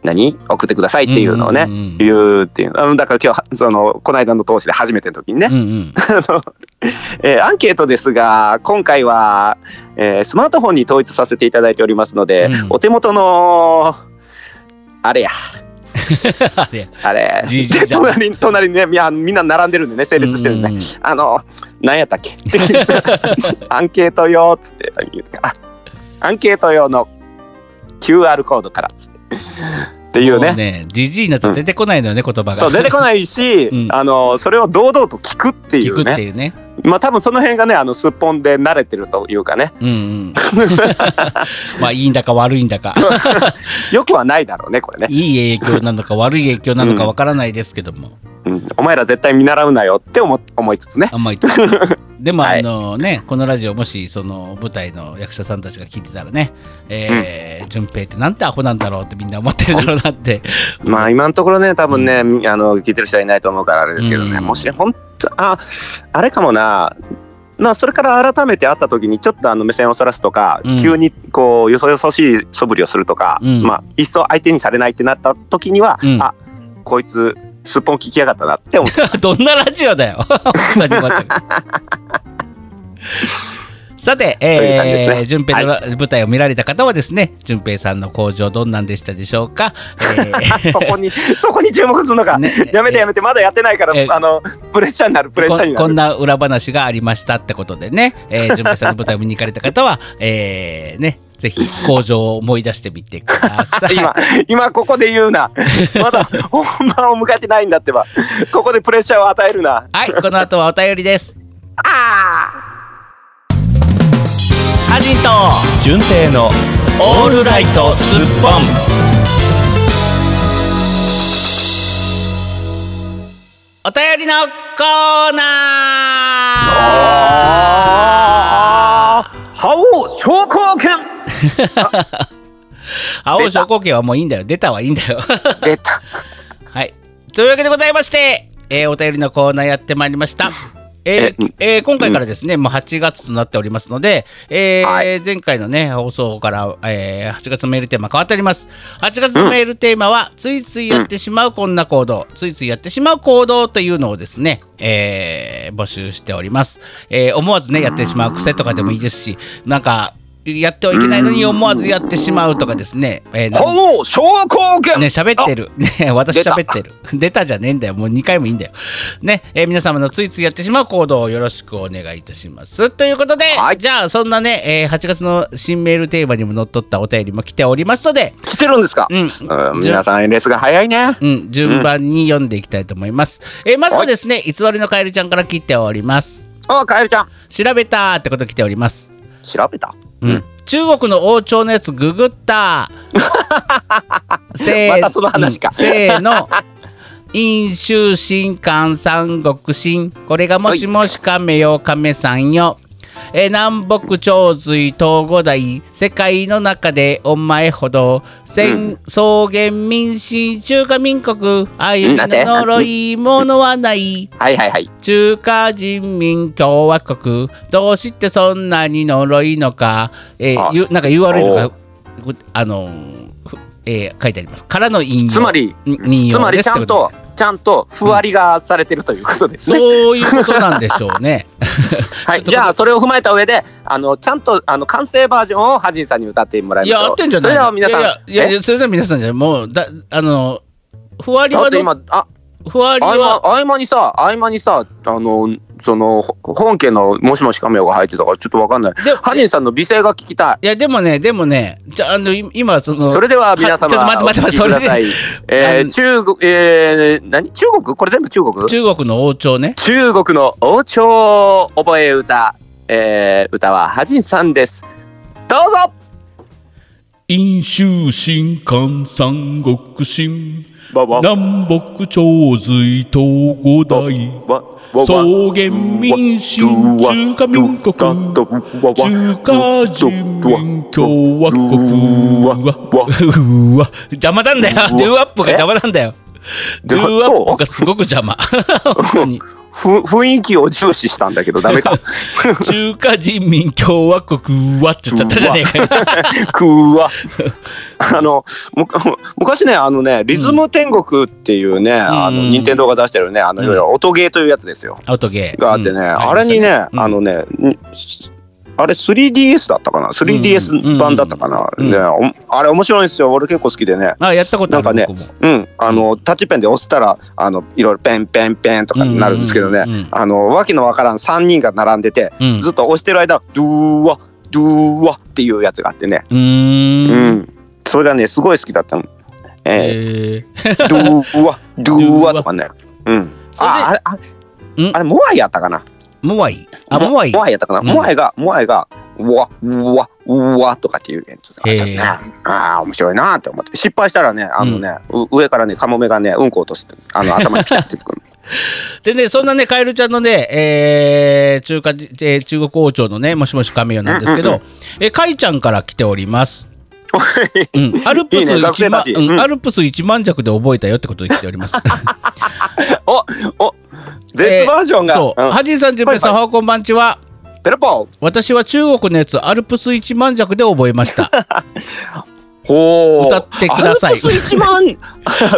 何送ってくださいっていうのをね、
うんうんうん
言うっていうあのだから今日そのこの間の投資で初めての時にね
うん
<laughs>
うん
えーアンケートですが今回は、えースマートフォンに統一させていただいておりますので、
うん
お手元のあれや
あれ
あれ
じいじい
で
だ
<laughs> 隣に隣にねみんなみんな並んでるんでね整列してるんでね、
うん
あの何やった
<laughs>
っけアンケート用っつってあアンケート用の QR コードからっつってっていう
も
ね
うねジジイになったら出てこないのよね、言葉が
そう出てこないし、
うん
あのそれを堂々と聞くってい
聞く
う
って
ね
いうね
まあ多分その辺がねあのすっぽんで慣れてるというかね
うんうんまあいいんだか悪いんだか
よくはないだろうねこれね、
いい影響なのか悪い影響なのかわからないですけども、
うん、お前ら絶対見習うなよって思思いつつね
あんまり言ってないでも、
はい
あのねこのラジオもしその舞台の役者さんたちが聞いてたらねえー順平ってなんてアホなんだろうってみんな思ってるだろうなって
まあ今のところね多分ね、あの聞いてる人はいないと思うからあれですけどね、
うん
もし本当ああれかもなまあそれから改めて会った時にちょっとあの目線をそらすとか、
うん
急にこうよそよそしい素振りをするとか、
うん
まあいっそ相手にされないってなった時には、
うん
あこいつすっぽん聞きやがったなって思って <laughs>
<laughs> どんなラジオだよ。 <laughs> 同じこと <laughs> さて、
という感じです
えー、
ね
順平の舞台を見られた方はですね、順平さんの工場どんなんでしたでしょう
<laughs>
か。えー
そこにそこに注目するのか、
ね
やめてやめてまだやってないから、
え
あのプレッシャーになるプレッシャーに
こ
なる
こんな裏話がありましたってことでね、えー、順平さんの舞台を見に行かれた方は、えー、ね、ぜひ工場を思い出してみてください。 <laughs>
今今ここで言うなまだ本番を迎えてないんだってばここでプレッシャーを与えるな
はい、この後はお便りです。ああ。ジンと
純正の
オールライトスッポン。お便りのコーナー。
あー覇王昇降拳
青昇降券はもういいんだよ。出たはいいんだよ。
出た
はい。というわけでございまして、えーお便りのコーナーやってまいりました。えーえー今回からですね、もう8月となっておりますので、えー
は
前回のね、放送から、えー8月のメールテーマ変わっております。8月のメールテーマは、ついついやってしまうこんな行動、ついついやってしまう行動というのをですね、えー募集しております。えー思わずね、やってしまう癖とかでもいいですし、なんか、やってはいけないのに思わずやってしまうとかですね。えー
この証拠
<laughs>
権
ね、喋ってる。ね、 <laughs> 私
出た
喋ってる。出たじゃねえんだよ。もう2回もいいんだよ。ね、えー皆様のついついやってしまう行動をよろしくお願いいたします。ということで、
はい
じゃあそんなね、えー8月の新メールテーマにものっとったお便りも来ておりますので、
来てるんですか、
うん
うん皆さんレスが早いね
うん、順番に読んでいきたいと思います。えーまずはですね、偽りのカエルちゃんから来ております。
あカエルちゃん
調べたーってこと来ております。
調べた
うん、中国の王朝のやつググった
<laughs>
せー
またその話か
うんせーの <laughs> 陰州新韓三国新これがもしもし亀よ亀さんよえー南北長水東五代世界の中でお前ほど戦草原民進中華民国愛
うん
の
なんて
呪いものはない
はいはいはい
中華人民共和国どうしてそんなに呪いのか、えー
あ
ゆなんか URL
お
があのーふえー書いてありますからの引用
つまり
に引
つ
用
ま
で
り
す
ち
っ
ゃ
てこ
ん
と
とちゃんとふわりがされてるということですね、
そういうことなんでしょう
<laughs>
ね
はい、じゃあそれを踏まえた上であのちゃんとあの完成バージョンをハジンさんに歌ってもらい
い
ましょ
や
う
合ってんじゃない
それでは皆さん
いやいやい
え
やそれでは皆さんじゃないもうだあのふわり
だっ
は
て
の
今あ
ふわり
合間
は
合間にさ合間にさあのそのほ本家の「もしもしカメオ」が入ってたからちょっとわかんない
で
ハジンさんの美声が聞きたい
いやでもねでもねじゃあのい今その
それでは皆様、
はいちょっと待って待って
お聞きください。え
あ
ー、
の
中国、えー、何中国これ全部中国
中国の王朝ね
中国の王朝覚え歌、えー、歌はハジンさんです。どうぞ
陰州新韓三国新
わわ
南北朝水東五代草原民進中華民国中華人民共和国うわ
うわ邪魔なんだよ
うわ
ドゥーアップが邪魔なんだよド
で
ゥーアッ
そ
プがすごく邪魔本当に
うふ雰囲気を重視したんだけどダ
<laughs>
メか
中華人民共和国はって言っちゃったじゃねえかよ
くわあのむ昔ねあのね「リズム天国」っていうね、あの
うん
任天堂が出してるねあの、いわゆる音ゲーというやつですよ
アウトゲー
があってね、
うん
あれにね、
うん
あのね、んあれ 3DS だったか
うん
な
うん
3DS 版だったかな、
うん
ねおあれ面白いんですよ俺結構好きでね
あやったことある
なんかね
僕も
うんあのタッチペンで押したらあのいろいろペンペンペンとかになるんですけどね、
うんうんうんうん
あのわけのわからん3人が並んでて、
うん
ずっと押してる間ドゥーワドゥーワっていうやつがあってね
うー
うんん、それがねすごい好きだったの。え
えー
ー、ドゥーワドゥーワとかねうん
それで
ああれあれ
うん
あれモアイやったかな
モアイあモアイ
モアイやったかな、
うん
モアイが、モアイが、うわ、うわ、うわとかっていうやつがあったね
へえ
ああ、面白いなって思って。失敗したらね、あのね、う上からね、カモメがね、うんこ落として、あ
<laughs>
の、頭にピタってつくの。
でねそんなねカエルちゃんのねえー中華じえー中国王朝のねもしもし亀よなんですけ
うんう
どえーカイちゃんから来ておりますうん、アルプ
いい
ス
ね学
一
生た
万
ち
うん
うん
アルプス一万弱で覚えたよってことで来ており
<laughs>
ます。
別バージョンが、
そう、
うん
ハジンさん、ジュンペイさん、
は
おはこんばんちは。
ペロポー
私は中国のやつアルプス一万弱で覚えま
<laughs>
した。
ほー
歌ってください
アルプス1万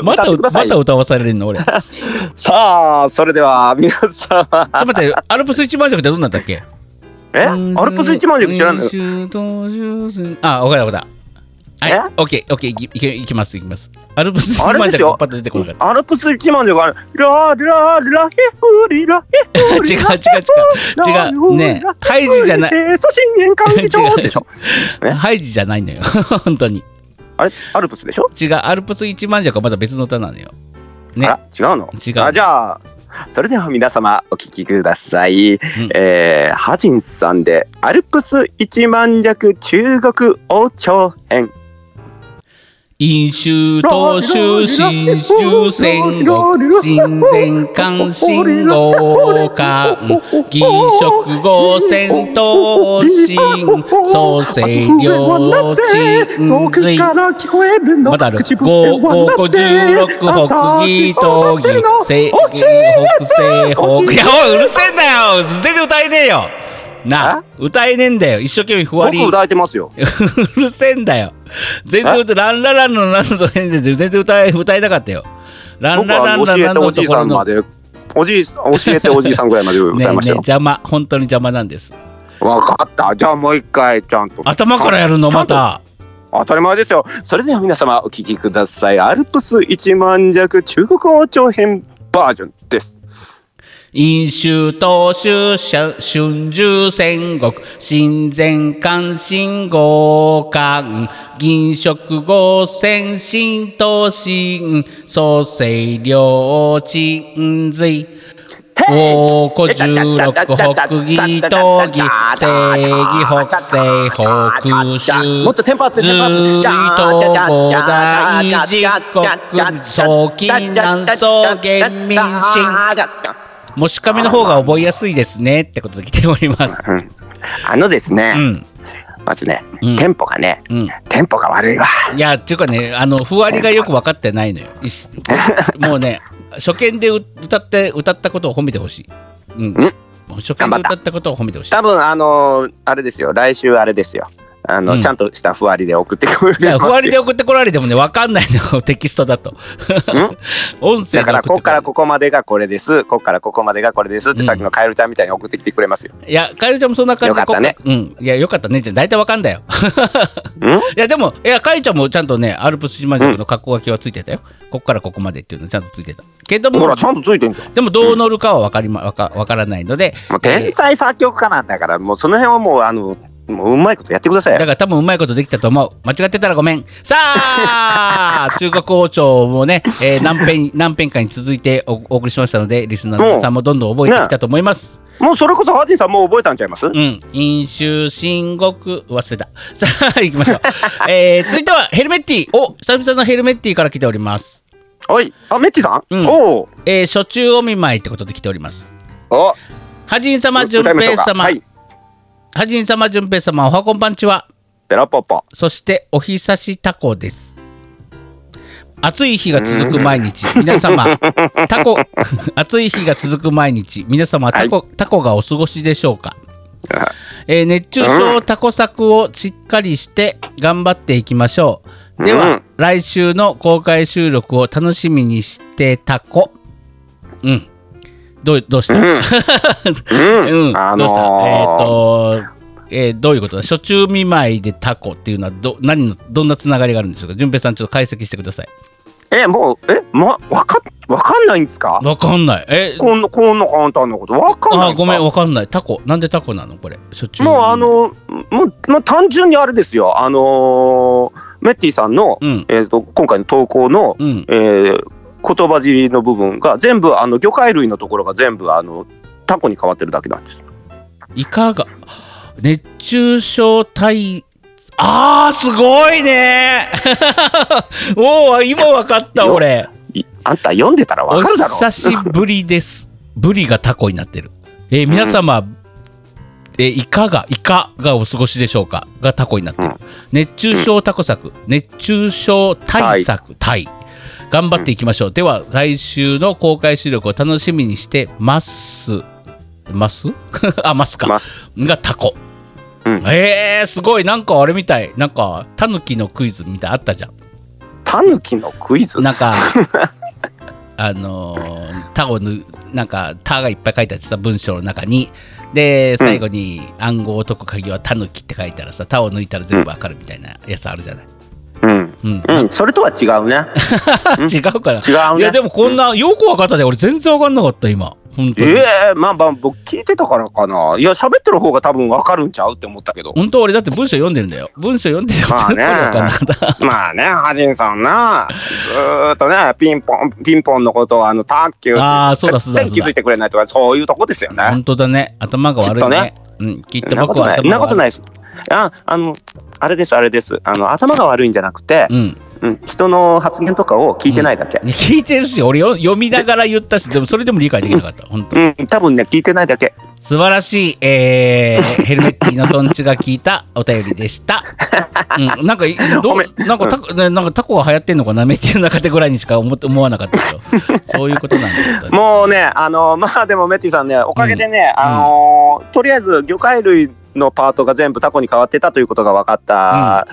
ま
ま
た
た
<laughs> ま
ください
た歌わされるの俺。ちょっ
さあそれでは皆様
と待って、アルプス一万弱ってどんなんだっけ？
えアルプス1万弱知らんの
の？あ、わかったわかった。
え
はい、オッケーオッケーいきいけいきますいきます。アルプス一
あれ
万
ですよ
弱パッと出てこなかった。
アルプス1万じゃがラララヘフリラヘ
違う
フリ
違う
ラ
違う違うねハイジじゃない
清楚信玄管理長でしょえ
ハイジじゃないのよ本当に
あれアルプスでしょ
違うアルプス一万弱はまた別の歌なのよね
あら違うの
違う
あじゃあそれでは皆様お聞きください、えーハジンさんで「アルプス一万弱中国王朝編
飲酒、投酒、新酒、戦国、新前関、新豪漢、義食後、戦闘、新、創世、領
遠
地、
く
隋
から聞こえるの
まだある。
口
5、
笛は
5、
な
56、
ぜ
北義、東義、西、
私を
北西、
教え
北。いや、おい、うるせえんだよ全然歌えねえよなあ、歌えねえんだよ一生懸命ふわり。
僕歌えてますよ
うるせえんだよ。全然歌え、ランラランのランの変で全然歌え、歌えなかったよ。ラン
僕
ララ
は
ン
教
ラン
え
ラン
て
のと
おじい
こ
さ
ろ
ん
の
ま。でおじい教えておじいさんぐらいまで
ね
歌
え
い
ね
まし
え
たよ、
邪魔、本当に邪魔なんです。
わかった。じゃあもう一回ちゃんと。
頭からやるの
ちゃ
ま
んと
た。
当たり前ですよ。それでは皆様お聞きください。アルプス一万弱中国王朝編バージョンです。
飲酒、投酒、春秋、戦国、親善、関心、合官、銀色、合戦、新東進、創世、両鎮髄。五個十六北義東義正義北西北州
もっとテンパってテンパって
随東五大十国総金南総元民新もしかめの方が覚えやすいですねってことで来ております。
うんあのですね、
うん。
まずね、
うん
テンポがね、
うん。
テンポが悪いわ。
いや、っていうかね、あの、ふわりがよく分かってないのよ。い
<laughs>
しもうね、初見でう歌って、歌ったことを褒めてほしい。うん。初見で歌ったことを褒めてほしい。
多分あのーあれですよ、来週あれですよ。あの、
うん
ちゃんとしたふわりで送ってくれます
い
よ
や、ふわりで送ってこられてもね、わかんないの、テキストだと。音声
<laughs> だからここからこ
こ
こまでがこれです、ここからここまでがこれですって、
うん
さっきのカエルちゃんみたいに送ってきてくれますよ。
いや、かゆちゃんもそんな感じで
よかったね
ここうん。いや、よかったね。じゃあ大体わかんだよ。
うん
<laughs> いや、でも、いや、かゆちゃんもちゃんとね、アルプス島塾の格好書きはついてたよ。ここからここまでっていうのちゃんとついてた。けど
ほ
も
ら、、ちゃんとついてんじゃん。
でもどう乗るかはわかりま、わか、わからないので、
もう天才作曲家なんだから、もうその辺はもう、あの、もううまいことやってくださ
だ
い
か
よ。
ら多分うまいことできたと思う。間違ってたらごめん。さ
<laughs>
あ、中国王朝もね、えー何編、何編かに続いておお送りしましたので、リスナーの皆さんもどんどん覚えてきたと思います。
もうそれこそハーディさんもう覚えたんちゃいます、
うん。飲酒、申告、忘れた。さあ、行きましょう。えー、続いては、ヘルメッティ。お、久々のヘルメッティから来ております。
おい、あ、メッチさん、
うん
おう
えー、初中お見舞いってことで来ております。
お、
はじん様、じゅん
歌いましょ
ぺ
う
い
か。
様。
は、
はいじん様、じゅんぺい様、おはこんばんちは。
ペラポポ。
そして、おひさしたこです。暑い日が続く毎日、皆
<laughs>
様、タコ、 <laughs> 暑い日が続く毎日、皆様、タコ、タコがお過ごしでしょうか。
あ
えー熱中症タコ策をしっかりして頑張っていきましょう。では、
うん
来週の公開収録を楽しみにしてタコ。うん。どうどうした、
う
<laughs> うんん、
う
ど
ん、
うしたえっ、
ー
とえーどういうことだ初中見舞いでタコっていうのはど何のどんなつながりがあるんでしょうか順平さんちょっと解析してください
え、もう、え、ま、わか、わかんないんですか
わかんないえ
こんな、こんな簡単なこと。わかんない
あ
んですか
ーごめんわかんないタコなんでタコなのこれ初中見舞
も
いう
あのもう、まあ、単純にあれですよあのーメッティさんの、
うん
えー、と今回の投稿の、
うん
えー言葉尻の部分が全部あの魚介類のところが全部あのタコに変わってるだけなんです。
いかが熱中症対あーすごいね <laughs> おお今わかった
よ
俺
いあんた読んでたらわ
お
かるだろ
久しぶり
<laughs>
ですブリがタコになってるえー皆様、えーいかがいかがお過ごしでしょうかがタコになってる、
うん
熱中症タコ策熱中症対策対頑張っていきましょう、では来週の公開収録を楽しみにしてますます <laughs> あますか
ます。
がタコ、
うん
えー、すごいなんかあれみたいなんかタヌキのクイズみたいあったじゃん
タヌキのクイズ。
なん
<laughs>
かあのー、タをぬなんか「タ」がいっぱい書いてあってさ文章の中にで最後に暗号を解く鍵はタヌキって書いたらさ「タ」を抜いたら全部わかるみたいなやつあるじゃない、
うん、
うん
うん、それとは違うね。
<laughs> 違うから
違う
い
ね。
やでもこんなよくわかったで俺全然わかんなかった今本当に、
ええまあまあ僕聞いてたからかな。いや喋ってる方が多分わかるんちゃうって思ったけど。
本当俺だって文章読んでるんだよ文章読んでたこと
まあね
わかんなかった
<laughs> まあね、ハジンさんな、ずーっとね、ピンポン、ピンポンのことを、あの、卓球。
あーそうだそうだ
全然気づいてくれないとか、そういうとこですよね。
本当だね頭が悪いねうんきっ
そ
と
んなこ
僕
と
は
ない。
頭が悪い
そんなことないです。あ、あの、あれです、あれです。あの、頭が悪いんじゃなくて、
うん
うん、人の発言とかを聞いてないだけ。
ね聞いてるし俺よ読みながら言ったしでもそれでも理解できなかった本当
うん、多分ね、聞いてないだけ。
素晴らしい、えー、ヘルメッティのトンチが聞いたお便りで
<laughs>
した、うん、なんかいど
ごめん
うなんかタコ、ねなんかタコが流行ってんのかなメッティの中でぐらいにしか思って思わなかったけ
<laughs>
どそういうことなんだったね
もうね、あの、 <laughs> まあでも、メッティさんね、おかげで
ん
ね、あのーとりあえず、魚介類のパートが全部タコに変わってたということが分かった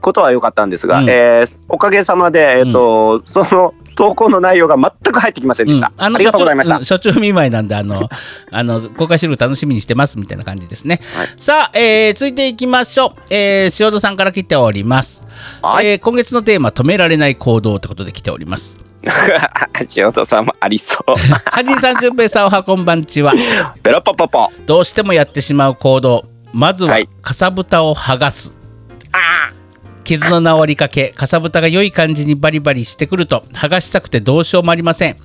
ことは良かったんですが、
うん
えーおかげさまで、えっと、その、投稿の内容が全く入ってきませんでした。
うんの
ありがとうございました。
所長,、うん、所長見舞いなんで、あ
<laughs>
の、あの公開収録楽しみにしてますみたいな感じですね。さあ、えー続いていきましょう。えー、塩戸さんから来ております。
はい
<laughs> えー今月のテーマ、止められない行動ということで来ており
<laughs>
ます。
塩田さんもありそう。
<laughs> はじいさん、じゅんぺいさん、おはこんばんちは。
ペロポポポ。
どうしてもやってしまう行動。まずは
はい、
かさぶたを剥がす。傷の治りかけ、かさぶたが良い感じにバリバリしてくると、剥がしたくてどうしようもありません。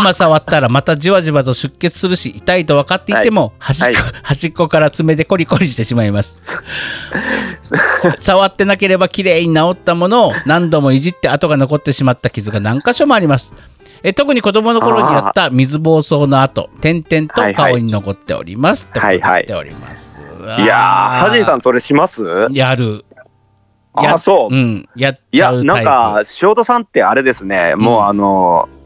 今触ったらまたじわじわと出血するし痛いと分かっていても、端っこ
は
端っこから爪でコリコリしてしまいます <laughs> 触ってなければきれいに治ったものを何度もいじって跡が残ってしまった傷が何箇所もありますえ特に子供の頃にやった水暴走の跡点々
はい
と
はい
顔に残っておりますってこと
はいは
で来
い
ております、
いやー、ハジンさんそれします
んやるや
あ、そう
う。んやっ
い
ちゃ
や、
う
な
タイ
ん
プ
か、塩田さんってあれですね、もううんあのー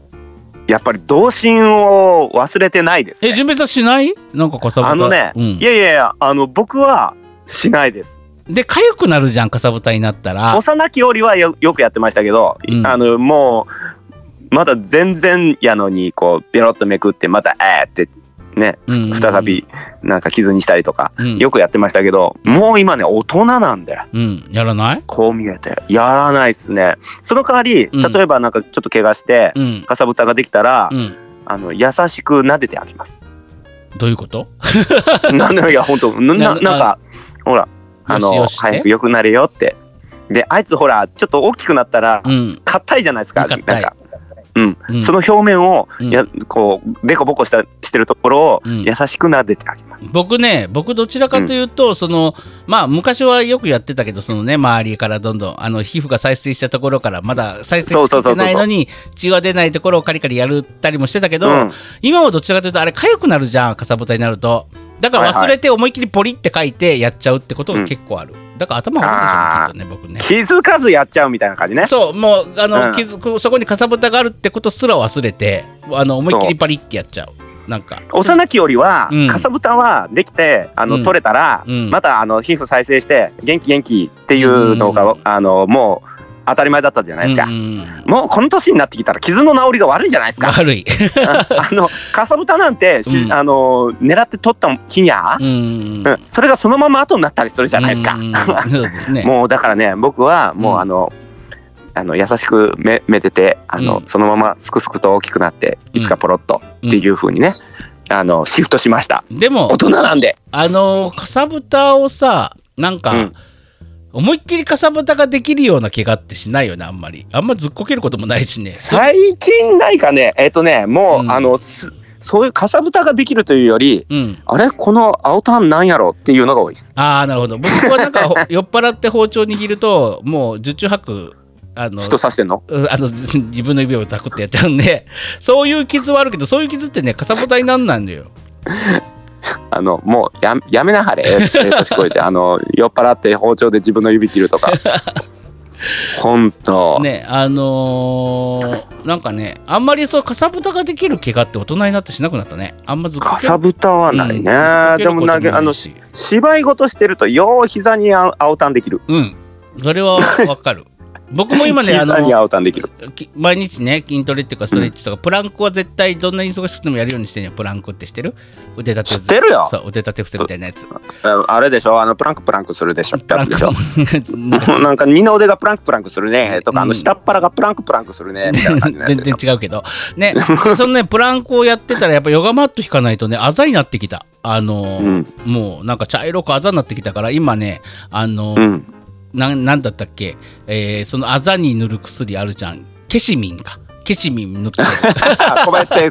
やっぱり童心を忘れてないです、
え
ね。
純平さんしないなんかこさぶた
あのね、
うん
いやいやいや、あの、僕はしないです。
で痒くなるじゃんかさぶたになったら
幼き折はよよくやってましたけど、
うん
あの、もう、まだ全然やのに、こう、ビロッとめくって、また、えーって、ね、
うんうんうん
再び、なんか傷にしたりとか、
うん
よくやってましたけど、もう今ね、大人なんで。
うん、やらない
こう見えてやらないですねその代わり
うん
例えばなんかちょっと怪我して、
うん。
かさぶたができたら、
うん。
あの優しく撫でてあげます <laughs>
どういうこと
なんでいや本当なな
な
なんかほらあの
よしよしね
早く良くなれよってであいつほらちょっと大きくなったら
うん。
硬いじゃないですか
硬
ないんか、うん
うん
その表面を、
うん
やこうデコボコしたしてるところを、
うん
優しく撫でてあげます
僕ね、僕どちらかというと、その、まあ、昔はよくやってたけど、そのね、周りからどんどん、あの、皮膚が再生したところから、まだ再生
そうそう
し
そう
て
そう
ないのに、血が出ないところをカリカリやるったりもしてたけど、
うん
今はどちらかというと、あれ、痒くなるじゃん、かさぶたになると。だから忘れて思いっきりポリって書いてやっちゃうってことが結構ある。だから頭悪いんでしょうね、きっとね、僕ね。
気づかずやっちゃうみたいな感じね
そうもうあの、
うん
傷こそこにかさぶたがあるってことすら忘れてあの思いっき
そ
り
う
パリってやっちゃうなんか
幼きよりは、
うん
かさぶたはできてあの、
うん
取れたら、
うん
またあの皮膚再生して元気元気っていうのが、
うん
あのもう当たり前だったじゃないですか、
うんうん
もうこの年になってきたら傷の治りが悪いじゃないですか、
悪い
あのかさぶたなんて、し
うん
あの狙って取った日にゃ、
うんうん
うんそれがそのまま後になったりするじゃないですか、
う
<laughs>
んうんそうですね
もうだからね僕はもうあの、あの優しくめめでてあの、
うん
そのまますくすくと大きくなっていつかポロッとっていう風にね、あのシフトしました
でも
大人なんで
あのかさぶたをさなんか、
うん
思いっきりかさぶたができるような怪我ってしないよねあんまりあんまずっこけることもないしね
最近ないかねえっ、とねもう、
うん
あのすそういうかさぶたができるというより
うん
あれこの青タンなんやろっていうのが多いです
ああなるほど僕はなんかほ <laughs> 酔っ払って包丁握るともう受注吐くあの
人刺してんの
うんあの <laughs> ず自分の指をザクってやっちゃうんでそういう傷はあるけどそういう傷ってねかさぶたになんないんだよ
あのもうややめなはれええ年越えてあの酔っ払って包丁で自分の指切るとかほんと、
ねあのーなんかねあんまりそうかさぶたができる怪我って大人になってしなくなったねあんまずっこけ
かさぶたはないね、でもなんかあのし芝居事してるとよう膝にあ青タンできる
うんそ
<laughs>
れはわかる僕も今ねあ
膝に
の
青タンできる
き毎日ね筋トレっていうかストレッチとか、プランクは絶対どんなに忙しくてもやるようにしてんよプランクってしてる腕立て
知ってるよ
そう腕立て伏せみたいなや
<laughs>
つ
ああれでしょあのプランクプランクするでしょってやつでしょ
なんか
なんか二の腕がプランクプランクするねとか、あ
う
の
ん
下っ腹がプランクプランクする <laughs> ねみたいな感じの
<laughs> 全
やつでし
然
ょ。
違うけどねでそのねプランクをやってたらやっぱヨガマット引かないとねあざになってきたあのー、
うん
もうなんか茶色くあざになってきたから今ねあの
う
ー
ん、
ななんだったっけ、えーそのあざに塗る薬あるじゃんケシミンかケシミン塗
<laughs>
ってる
小林
<laughs>
製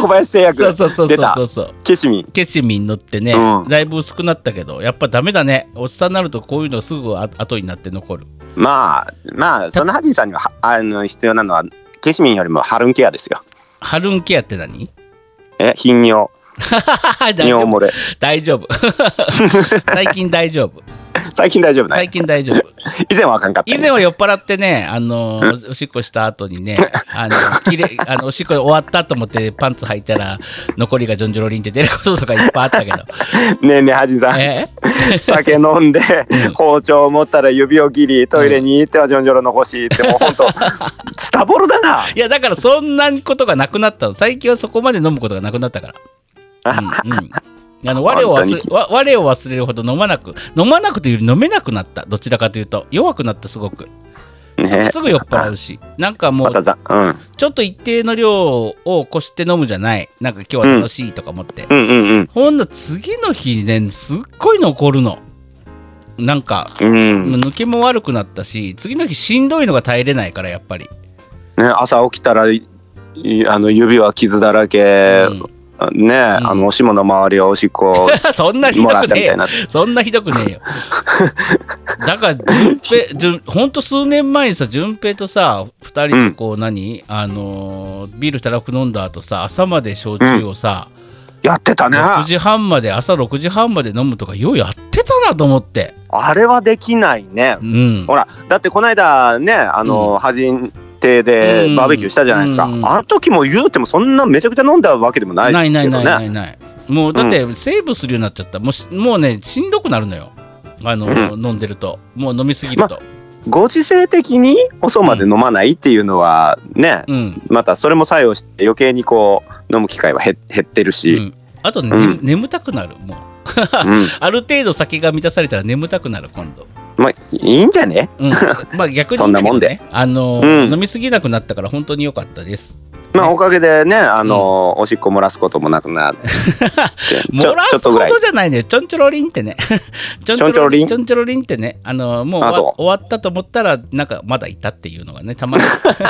小林製薬
そうそうそうそ
出
うそ
た
うそう
ケシミン
ケシミン塗ってね、
うん
だいぶ薄くなったけどやっぱダメだねおっさんになるとこういうのすぐあ後になって残る
まあまあそのハジンさんにははあの必要なのはケシミンよりもハルンケアですよ
ハルンケアって何 <laughs>
え頻尿
大丈
尿
夫
漏れ
大丈
<laughs>
夫最近大丈夫
最近大丈夫ない
最近大丈夫
以前はあかんかった
以
よ
前は酔っ払ってね、あのーおしっこした後にね、あのきれあのおしっこ終わったと思ってパンツ履いたら、残りがジョンジョロリンって出ることとかいっぱいあった
<laughs>
けど、
ねえねえハジンさん、
え
酒飲んで、
ん <laughs>
包丁を持ったら指を切りトイレに行ってはジョンジョロ残しってもうほんと伝サボるだな。
いやだからそんなことがなくなったの最近はそこまで飲むことがなくなったからうんうんあの我を忘
本当
れわ我を忘れるほど飲まなく飲まなくというより飲めなくなったどちらかというと弱くなったすごく
ね
すぐ酔っ払うしなんかもう
またざ、うん。
ちょっと一定の量を越して飲むじゃないなんか今日は楽しいとか思って、
うんうんうん。
ほんの次の日ねすっごい残るのなんか
うん、ね
抜けも悪くなったし次の日しんどいのが耐えれないからやっぱり、
朝起きたらいあの指は傷だらけ、
うん <laughs>
ね、あのおしもの周りはおしっこ
そんなひど
漏らし
く
た
ね
み
え
たい
よ
な
そんなひどくねえよだから順平順ほんと数年前にさ順平とさ2人でこう何、あのービールたらふく飲んだ後さ朝まで焼酎をさ、
やってたね
6時半まで朝6時半まで飲むとかようやってたなと思って
あれはできないね
う、ん
ほらだってこの間ねあの、端邸
う
で
ん
バーベキューしたじゃないですか、
うん
あの時も言うてもそんなめちゃくちゃ飲んだわけでもない
ないない
け
な
ど
いない
ね
ないもうだってセーブするようになっちゃったもうしもうねしんどくなるのよあの、
う
飲んでるともう飲みすぎると、
ご時世的に遅まで飲まないっていうのはね、
うん、
またそれも作用して余計にこう飲む機会は減減ってる
う
し、
ん、あとね、
うん
眠たくなるもう
うん
ある程度先が満たされたら眠たくなる今度、
まあいいんじゃね
うん、まあ逆に
そんなもんで
だけどねあの、
うん
飲みすぎなくなったから本当に良かったです
まあおかげでねあの、おしっこ漏らすこともなくなって
<laughs> 漏
ちょ
ら
ちょ
す
っとぐ
こ
らい
とじゃないのよちょんちょろりんってね <laughs> ちょん
ちょんちょろりん
ちょんちょろりんってねあのもう終
あ
わ
そ
終わったと思ったらなんかまだいたっていうのがねたまに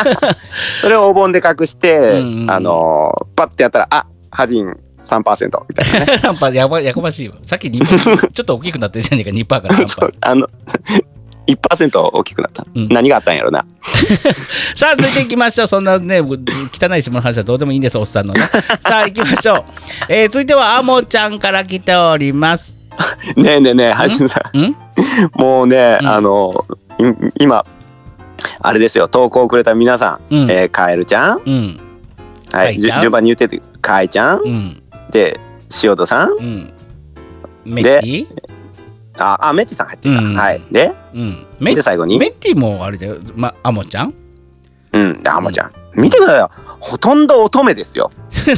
<laughs>
それをお盆で隠して、
うんうん
あのパッてやったらあハジン3%みたいな
<laughs>
ね <laughs>
やっぱやばやかましいわさっき2%ちょっと大きくなってるじゃねえか2%から3%
<laughs> そうあの1%大きくなった、
うん
何があったんやろな
さあ続いていきましょうそんなね汚い下の話はどうでもいいんですおっさ
<laughs>
んのねさあ行きましょう、えー続いてはあもちゃんから来ております
ねえねえねえハジンさん
ん
もうね、
うん
あのい今あれですよ投稿をくれた皆さん、
うん
えーカエルちゃん、
うん
は
カイ
い、
ち
じ
ゃん
ゅ順番に言っててカエちゃん、
うん
で塩戸さん
うんメッティ
ああメッテさん入ってた、
うん
はいで
うんメ
で
ッ
最後に
メッティもあれだよまあもちゃん <laughs>
うん、でハモちゃん、見てくださいよ。ほとんど乙女ですよ。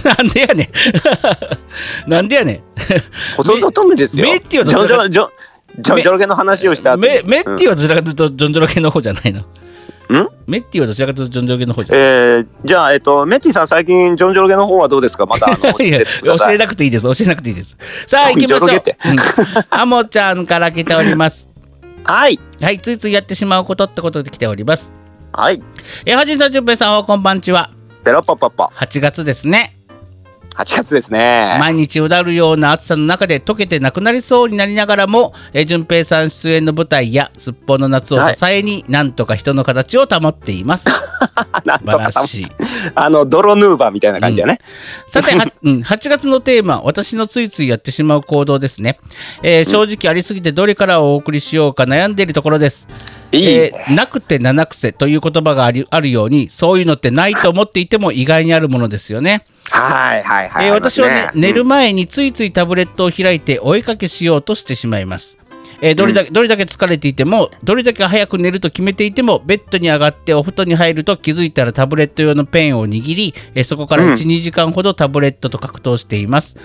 なんでやねん <laughs> なんでやねん
ほとんど乙女ですよ。
メメッティは
ジ
ど
ョン
ち
ジ
ら
ョンジョンジョンジョロゲの話をした後に
メメッティ
うん
はどちらかというとジョンジョロ系の方じゃないのメッティはどちらかというとジョンジョロ系の方じゃない
えーじゃあえっとメッティさん最近ジョンジョロゲの方はどうですか。またあの教
<laughs> いや
えてくだ
教
さ
え
い。
なくていいです教えなくていいですさあ行きましょう
ジョロゲって
うん <laughs> あもちゃんから来ております
はい
はいついついやってしまうことってことで来ております
はい
えはじんさんじゅんぺいさんおはこんばんちは
ペロパパパ
8月ですね
8月ですね。
毎日うだるような暑さの中で溶けてなくなりそうになりながらもえー順平さん出演の舞台やすっぽんの夏を支えに、なんとか人の形を保っています素
<laughs> なんと
晴
からさ
しい
あの泥ヌーバーみたいな感じだね。
さて、はうん、8月のテーマ、私のついついやってしまう行動ですね。えー正直ありすぎてどれからお送りしようか悩んでいるところです。
いい
えーなくて七癖という言葉がありあるように、そういうのってないと思っていても意外にあるものですよね。
はいはいはい。
えー
あります
私
ね
は、ね寝る前についついタブレットを開いて追いかけしようとしてしまいます。えーどれだけどれだけ疲れていてもどれだけ早く寝ると決めていてもベッドに上がってお布団に入ると気づいたらタブレット用のペンを握り、えーそこから
うん
12、時間ほどタブレットと格闘しています、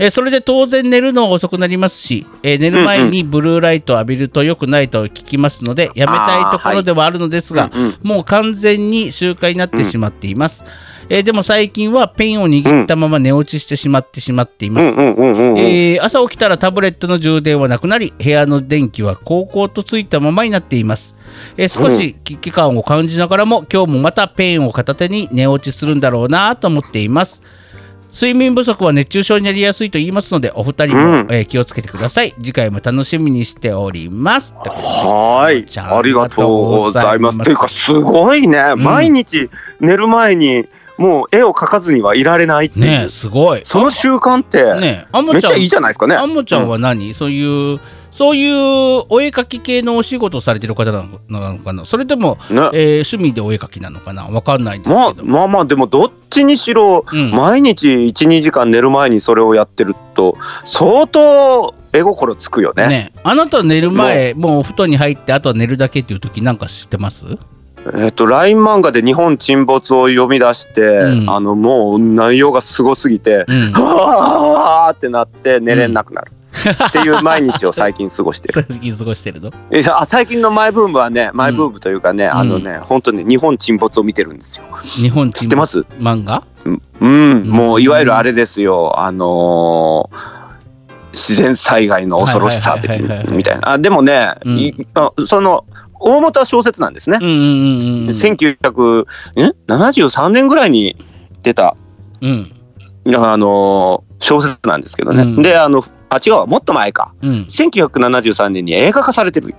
えーそれで当然寝るの遅くなりますし、えー寝る前にブルーライトを浴びると良くないと聞きますのでやめたいところではあるのですが、
うんうん
もう完全に習慣になってしまっています、えーでも最近はペンを握ったまま寝落ちしてしまってしまっています、
うんうんうんうんうん。
えー朝起きたらタブレットの充電はなくなり部屋の電気は高々とついたままになっています、えー少し危機感を感じながらも今日もまたペンを片手に寝落ちするんだろうなと思っています睡眠不足は熱中症になりやすいと言いますのでお二人も、
うん
えー気をつけてください次回も楽しみにしております
はい
じ、ゃあ
ありがとうございます。
あり
という
がとうございます
かすごいね、
ん
毎日寝る前にもう絵を描かずにはいられないっていう、
ねえすごい
その習慣って、
ねえあん
め
も
っ
ちゃ
ち
ん
ゃいいじゃないですかね。
あんもちゃんは何、そういうそういうお絵描き系のお仕事をされてる方なのなのかなそれとも、
ね
えー趣味でお絵描きなのかなわかんないんです
まあ
けど、
まあまあでもどっちにしろ、
うん
毎日12時間寝る前にそれをやってると相当絵心つくよね
ねあなたは寝る前もうお布団に入ってあとは寝るだけっていう時なんか知ってます
えっと、ライン漫画で日本沈没を読み出して、
うん
あの、もう内容がすごすぎて、 <laughs>
うん
はーってなって寝れなくなる。っていう毎日を最近過ごしてる。
最近過ごしてるの
いやあ最近のマイブームはね、マイブームというかね、あのね、本当に日本沈没を見てるんですよ。
日本
知
沈
ってます
漫画
うん、
ん
もういわゆるあれですよ、あのー自然災害の恐ろしさ
はいはいはいはいはい
みたいな。あでもね、
うん
いあその大元は小説なんですね
う。んうんうんうん。
1973年ぐらいに出た、
うん。
あのー小説なんですけどね。
うん
であのあ違うわもっと前か
うん。
1973年に映画化されてる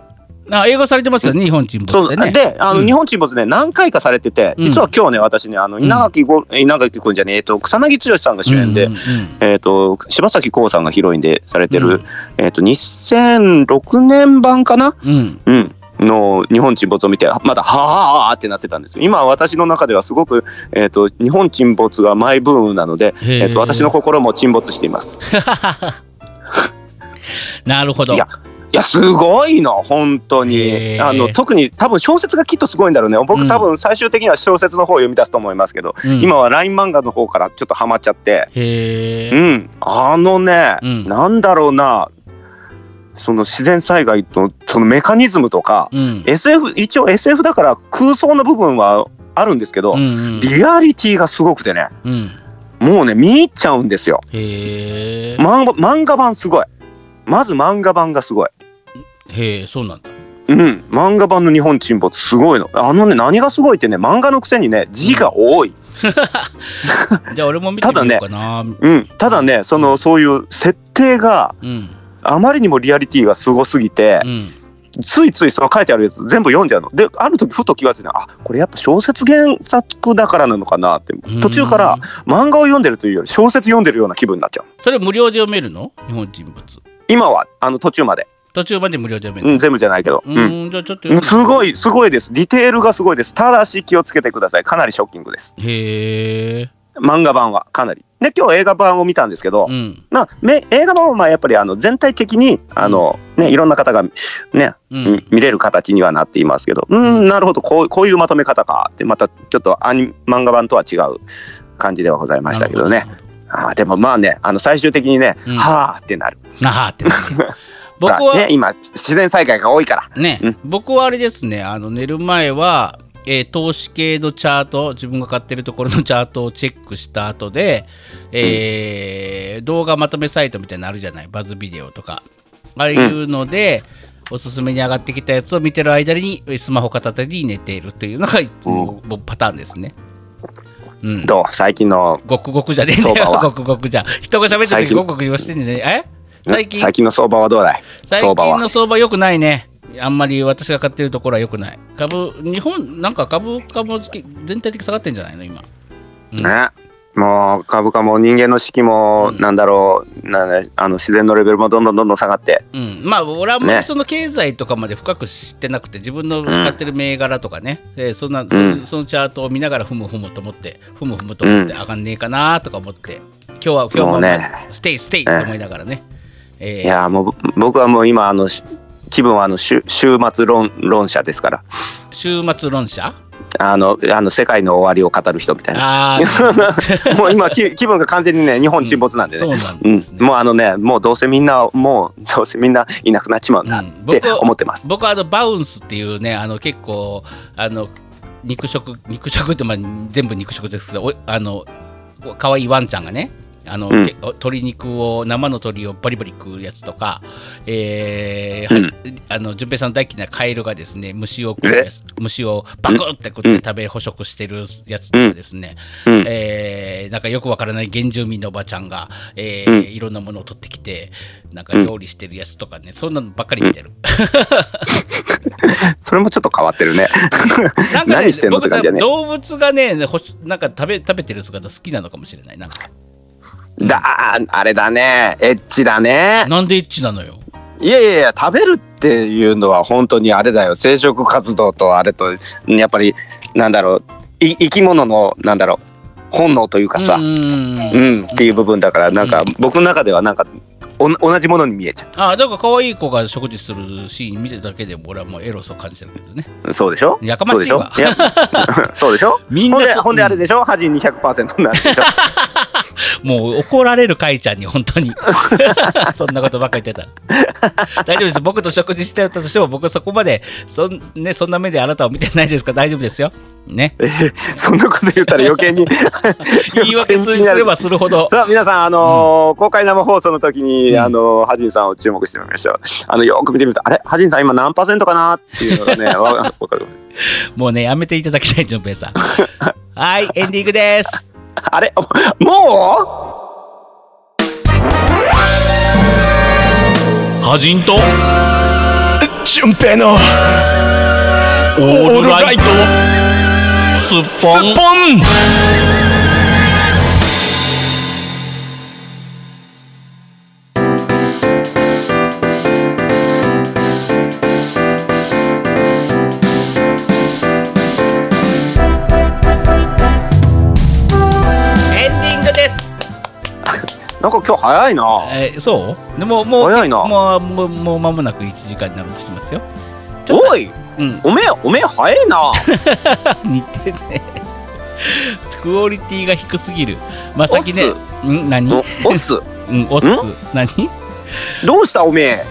あ、英語されてますよね、日本沈没
そ
っ
う
てね。
であの、
うん
日本沈没ね何回かされてて
うん
実は今日ね私ねあの
うん
稲垣吾稲垣君じゃねええっと草薙剛さんが主演で、
うんうん
えー、と柴咲コウさんがヒロインでされてる、
うん
えー、と2006年版かな、
うん。うん
うん、の日本沈没を見てまだ「はあ」ってなってたんですよ今私の中ではすごく、えー、と日本沈没がマイブームなので、
へ
えー、と私の心も沈没しています
なるほど。
いやいやすごいの本当
へ
に
ー
あの特に多分小説がきっとすごいんだろうね
う
僕
ん
多分最終的には小説の方を読み出すと思いますけど、
うん
今は LINE 漫画の方からちょっとハマっちゃって
へ
う
え。
ん、あのね、
うん
なんだろうなその自然災害とそのメカニズムとか、
うん。
SF 一応 SF だから空想の部分はあるんですけど、
うんうん
リアリティがすごくてね
うん。
もうね見入っちゃうんですよ
へえ。
漫画漫画版すごいまず漫画版がすごい
へえ、そうなんだ。
うん漫画版の日本沈没すごいのあのね何がすごいってね漫画のくせにね字が多い、
じゃあ俺も見てみようかな。
うん、ただねそのそういう設定が
うん。
あまりにもリアリティがすごすぎて、
うん。
ついついその書いてあるやつ全部読んじゃうの。である時ふと気がついたあこれやっぱ小説原作だからなのかなって
うん
途中から漫画を読んでるというより小説読んでるような気分になっちゃう。
それ無料で読めるの日本沈没。
今はあの途中まで、
途中まで無料で読め
う
る
ん、全部じゃないけど、
の。
うん
うん、じゃあちょっと
うんすご
い。
いすごいですディテールがすごいですただし気をつけてくださいかなりショッキングです
へえ。
漫画版はかなりで今日映画版を見たんですけど、
うん。
まあ、め映画版はまあやっぱりあの全体的にあの、ね、いろんな方が、ね
うん。
見れる形にはなっていますけどうん、なるほどこうこういうまとめ方かってまたちょっとアニ漫画版とは違う感じではございましたけどね
なるほど。
あーでもまあねあの最終的にね、
うん
はあってなる
なあってなる。僕
ほ
は
らね、今自然災害が多いから
ね、
うん
僕はあれですねあの寝る前は、えー投資系のチャート自分が買ってるところのチャートをチェックした後で、えー動画まとめサイトみたいなのあるじゃないバズビデオとかああいうので、おすすめに上がってきたやつを見てる間にえースマホ片手に寝ているというのが、もうパターンですね。うん、
どう最近の
ごくごくじゃねえん
相
だ
場
よ
は
ごくごくじゃ人が喋ってる
最
時
近
ごくごく言わしてんじゃねええ
最
最
近
近
最近の相場はどうだい
最
相
近
場は
の相場良くないね。あんまり私が買ってるところは良くない。株、日本、なんか株価も月全体的に下がってんじゃないの今。うん
ねもう株価も人間の士気も
うん
なんだろう、なんだあの自然のレベルもどんどんどんどん下がって
うん、まあ、俺はあんまり
ね
その経済とかまで深く知ってなくて、自分の買ってる銘柄とかね、えーそんなそ
うん
そのチャートを見ながらふむふむと思って、ふむふむと思って、
う
上がんねえかなとか思って、今日は、今日
も
も
うね
ステイ、ステイと思いながらね。えー
いやーもうぼ僕はもう今あのし気分はあの週週末論論者ですから
週末論者
あのあの世界の終わりを語る人みたい
あ
な。
あ、
<laughs> もう今気気分が完全にね日本沈没なんでね。
う
うんん
そうなんですね
もうあのねもうどうせみんなもうどうせみんないなくなっちまうんだっ
うん
て
僕は
思ってます。
僕はあのバウンスっていうねあの結構あの肉食肉食って、まあ、全部肉食ですけどおあの可愛いワンちゃんがねあの、
うん
け鶏肉を生の鶏をバリバリ食うやつとか、えーはいあの順平さんの大好きなカエルがですね虫を食うやつ虫をバクって食って食べ捕食してるやつとかですね、
うん
えーなんかよくわからない原住民のおばちゃんが、えー
うん
いろんなものを取ってきてなんか料理してるやつとかね、そんなのばっかり見てる、
それもちょっと変わってるね。
なんかね
<laughs> 何してんのって感じだね
僕多分動物がね、ほしなんか食べ食べてる姿好きなのかもしれない。なんか
だあーあれだねエッチだね。
なんでエッチなのよ。
いやいやいや食べるっていうのは本当にあれだよ生殖活動とあれとやっぱりなんだろうい生き物のなんだろう本能というかさ、
うーん
うん、っていう部分だからなんか僕の中ではなんかおん同じものに見えちゃ
ああ、だから可愛い子が食事するシーン見てるだけでも俺はもうエロそう感じてるけどね。
うそうでしょ
やかましいわ
そ
<laughs>
うでしょいやそうでしょ
みんな
ほんで
そう
ほんであれでしょ恥200%にな
<laughs>
るでしょ
もう怒られるかいちゃんに本
<laughs>
当に。そんなことばっか言ってたら。大丈夫です。僕と食事してたとしても僕はそこまでそん,、ね、そんな目であなたを見てないですから大丈夫ですよ。ね。
そんなこと言ったら余計に
言い訳すればするほど。
さあ皆さん、あのー公開生放送の時に、あのーハジンさんを注目してみましょうあのよーく見てみるとあれハジンさん今何パーセントかなっていう
<laughs>
のがねわわかる
もうね、やめていただきたい、ジョンペイさん。はい、エンディング
<laughs>
です。
あれも
ハジンと純平のオールライトスッポン
エンディングです。
うなんか今日早いな
えーそうでももう
早いな
もうもうもう間もなく1時間になるとしてますよ。ちょっと
おい
うん、 <laughs>
おめえおめえ早いな
似てんね。クオリティが低すぎる。まあ、先ね、
オ
うん、何、 <laughs> うん、
おっす
オス、何 <laughs>
どうしたおめえ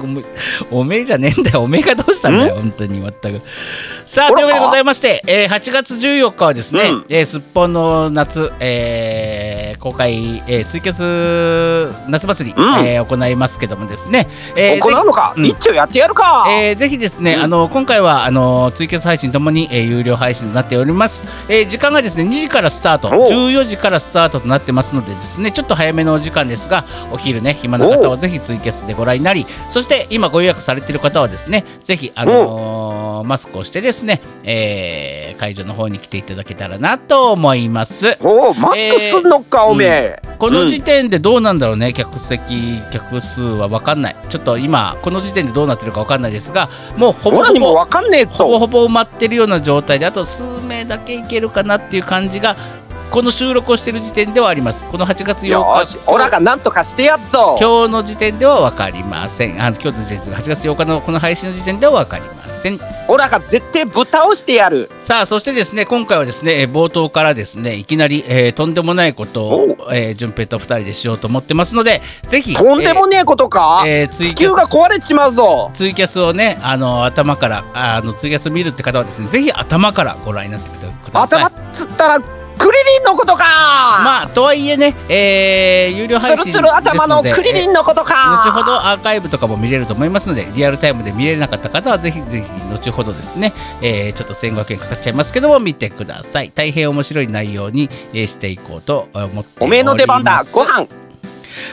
おめおめえじゃねえんだよ。おめえがどうしたんだよ、本当に、全く。さあ、というわけでございまして、えー8月14日はですね、
うん
えーすっぽんの夏、えー公開、えー、ツイキャス夏祭り、
うん
えー行いますけどもですね、えー
行うのか、
うん
一丁やってやるか、
えーぜひですね、
うん
あの今回はあのツイキャス配信ともに、えー有料配信となっております、えー時間がですね2時からスタート
おう
14時からスタートとなってますのでですねちょっと早めのお時間ですがお昼ね暇な方
お
は
う
ぜひツイキャスでご覧になりそして今ご予約されている方はですねぜひあのーマスクをしてですね、えー会場の方に来ていただけたらなと思います
おおマスクすんのか、
えー
おめえ、
この時点でどうなんだろうね、客席、客数は分かんない、ちょっと今、この時点でどうなってるか分かんないですが、もうほぼ
俺ら
ほ
にも
ぼ
わかんねえ
ほぼ
ぞ
ほぼ埋まってるような状態であと数名だけいけるかなっていう感じがこの収録をしてる時点ではありますこの8月8日
よーしオラがなんとかしてやっぞ
今日の時点では分かりませんあの今日の時点8月8日のこの配信の時点では分かりません
オラが絶対ぶたをしてやる
さあそしてですね今回はですねえー冒頭からですねいきなり、えーとんでもないことをえー順、平と2人でしようと思ってますのでぜひ
とんでもねえことか、
えーえーツイ
地
キャス
球が壊れちまうぞ
ツイキャスをねあの頭からああのツイキャスを見るって方はですねぜひ頭からご覧になってください
頭つったらクリリンのことか、
まあとはいえね、えー有料
つ
配
る
信です
つ
ので
る頭のクリリンのこと
えー
か
後ほどアーカイブとかも見れると思いますのでリアルタイムで見れなかった方はぜひぜひ後ほどですね、えーちょっと1500円かかっちゃいますけども見てください大変面白い内容に、えーしていこうと思っております
おめえの出番だご飯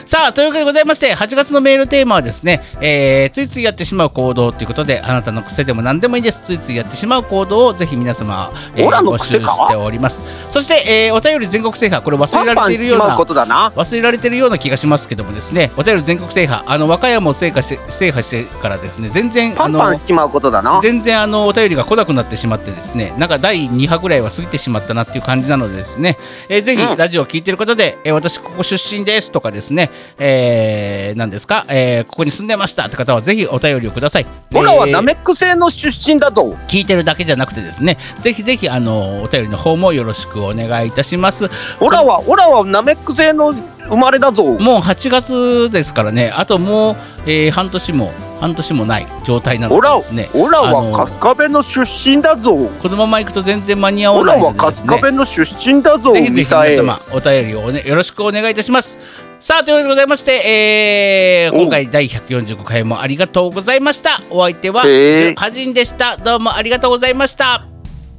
さあというわけでございまして8月のメールテーマはですね、えーついついやってしまう行動ということであなたの癖でも何でもいいですついついやってしまう行動をぜひ皆様、えー
オラの
募集
癖か
しておりますそして、えーお便り全国制覇これ忘
パ
れ
ン
ら
パ
れてい
ンし
る
ち
よう
ま
な
うことだな
忘れられてるような気がしますけどもですねお便り全国制覇あの和歌山を制覇して制覇してからですね全然
パンパンしちまうことだ
あの
な
全然あのお便りが来なくなってしまってですねなんか第2波ぐらいは過ぎてしまったなっていう感じなのでですね、えーぜひ
うん
ラジオを聞いてる方で、えー私ここ出身ですとかですね、えー、何ですか、えーここに住んでましたって方はぜひお便りをください。
オラは
えー
ナメック星の出身だぞ
聞いてるだけじゃなくてですねぜひぜひあのお便りの方もよろしくお願いいたします。
オラはオラはナメック星の生まれだぞ
もう8月ですからね、あともう、えー半年も半年もない状態なの
オ
で
ラ
ですね、
オラ
あの
は春日部の出身だぞ
このまま行くと全然間に合
オ
わ
ラ
ないの
は
でで
春
すね
日、部の出身だぞ
ぜひぜ
ミ
ひ
サ
皆
エ
様お便りをお、ね、よろしくお願いいたします。さあというわけでございまして、えー
おう
今回第145回もありがとうございました。お相手は、
へー
はじんでした。どうもありがとうございました。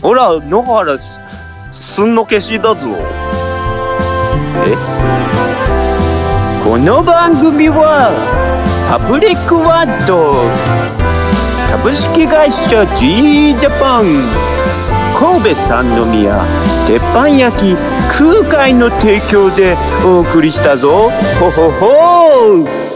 オラ野原すすんのけしだぞえこの番組はパブリックワンと株式会社 G ジャパン神戸三宮鉄板焼き空海の提供でお送りしたぞほほほー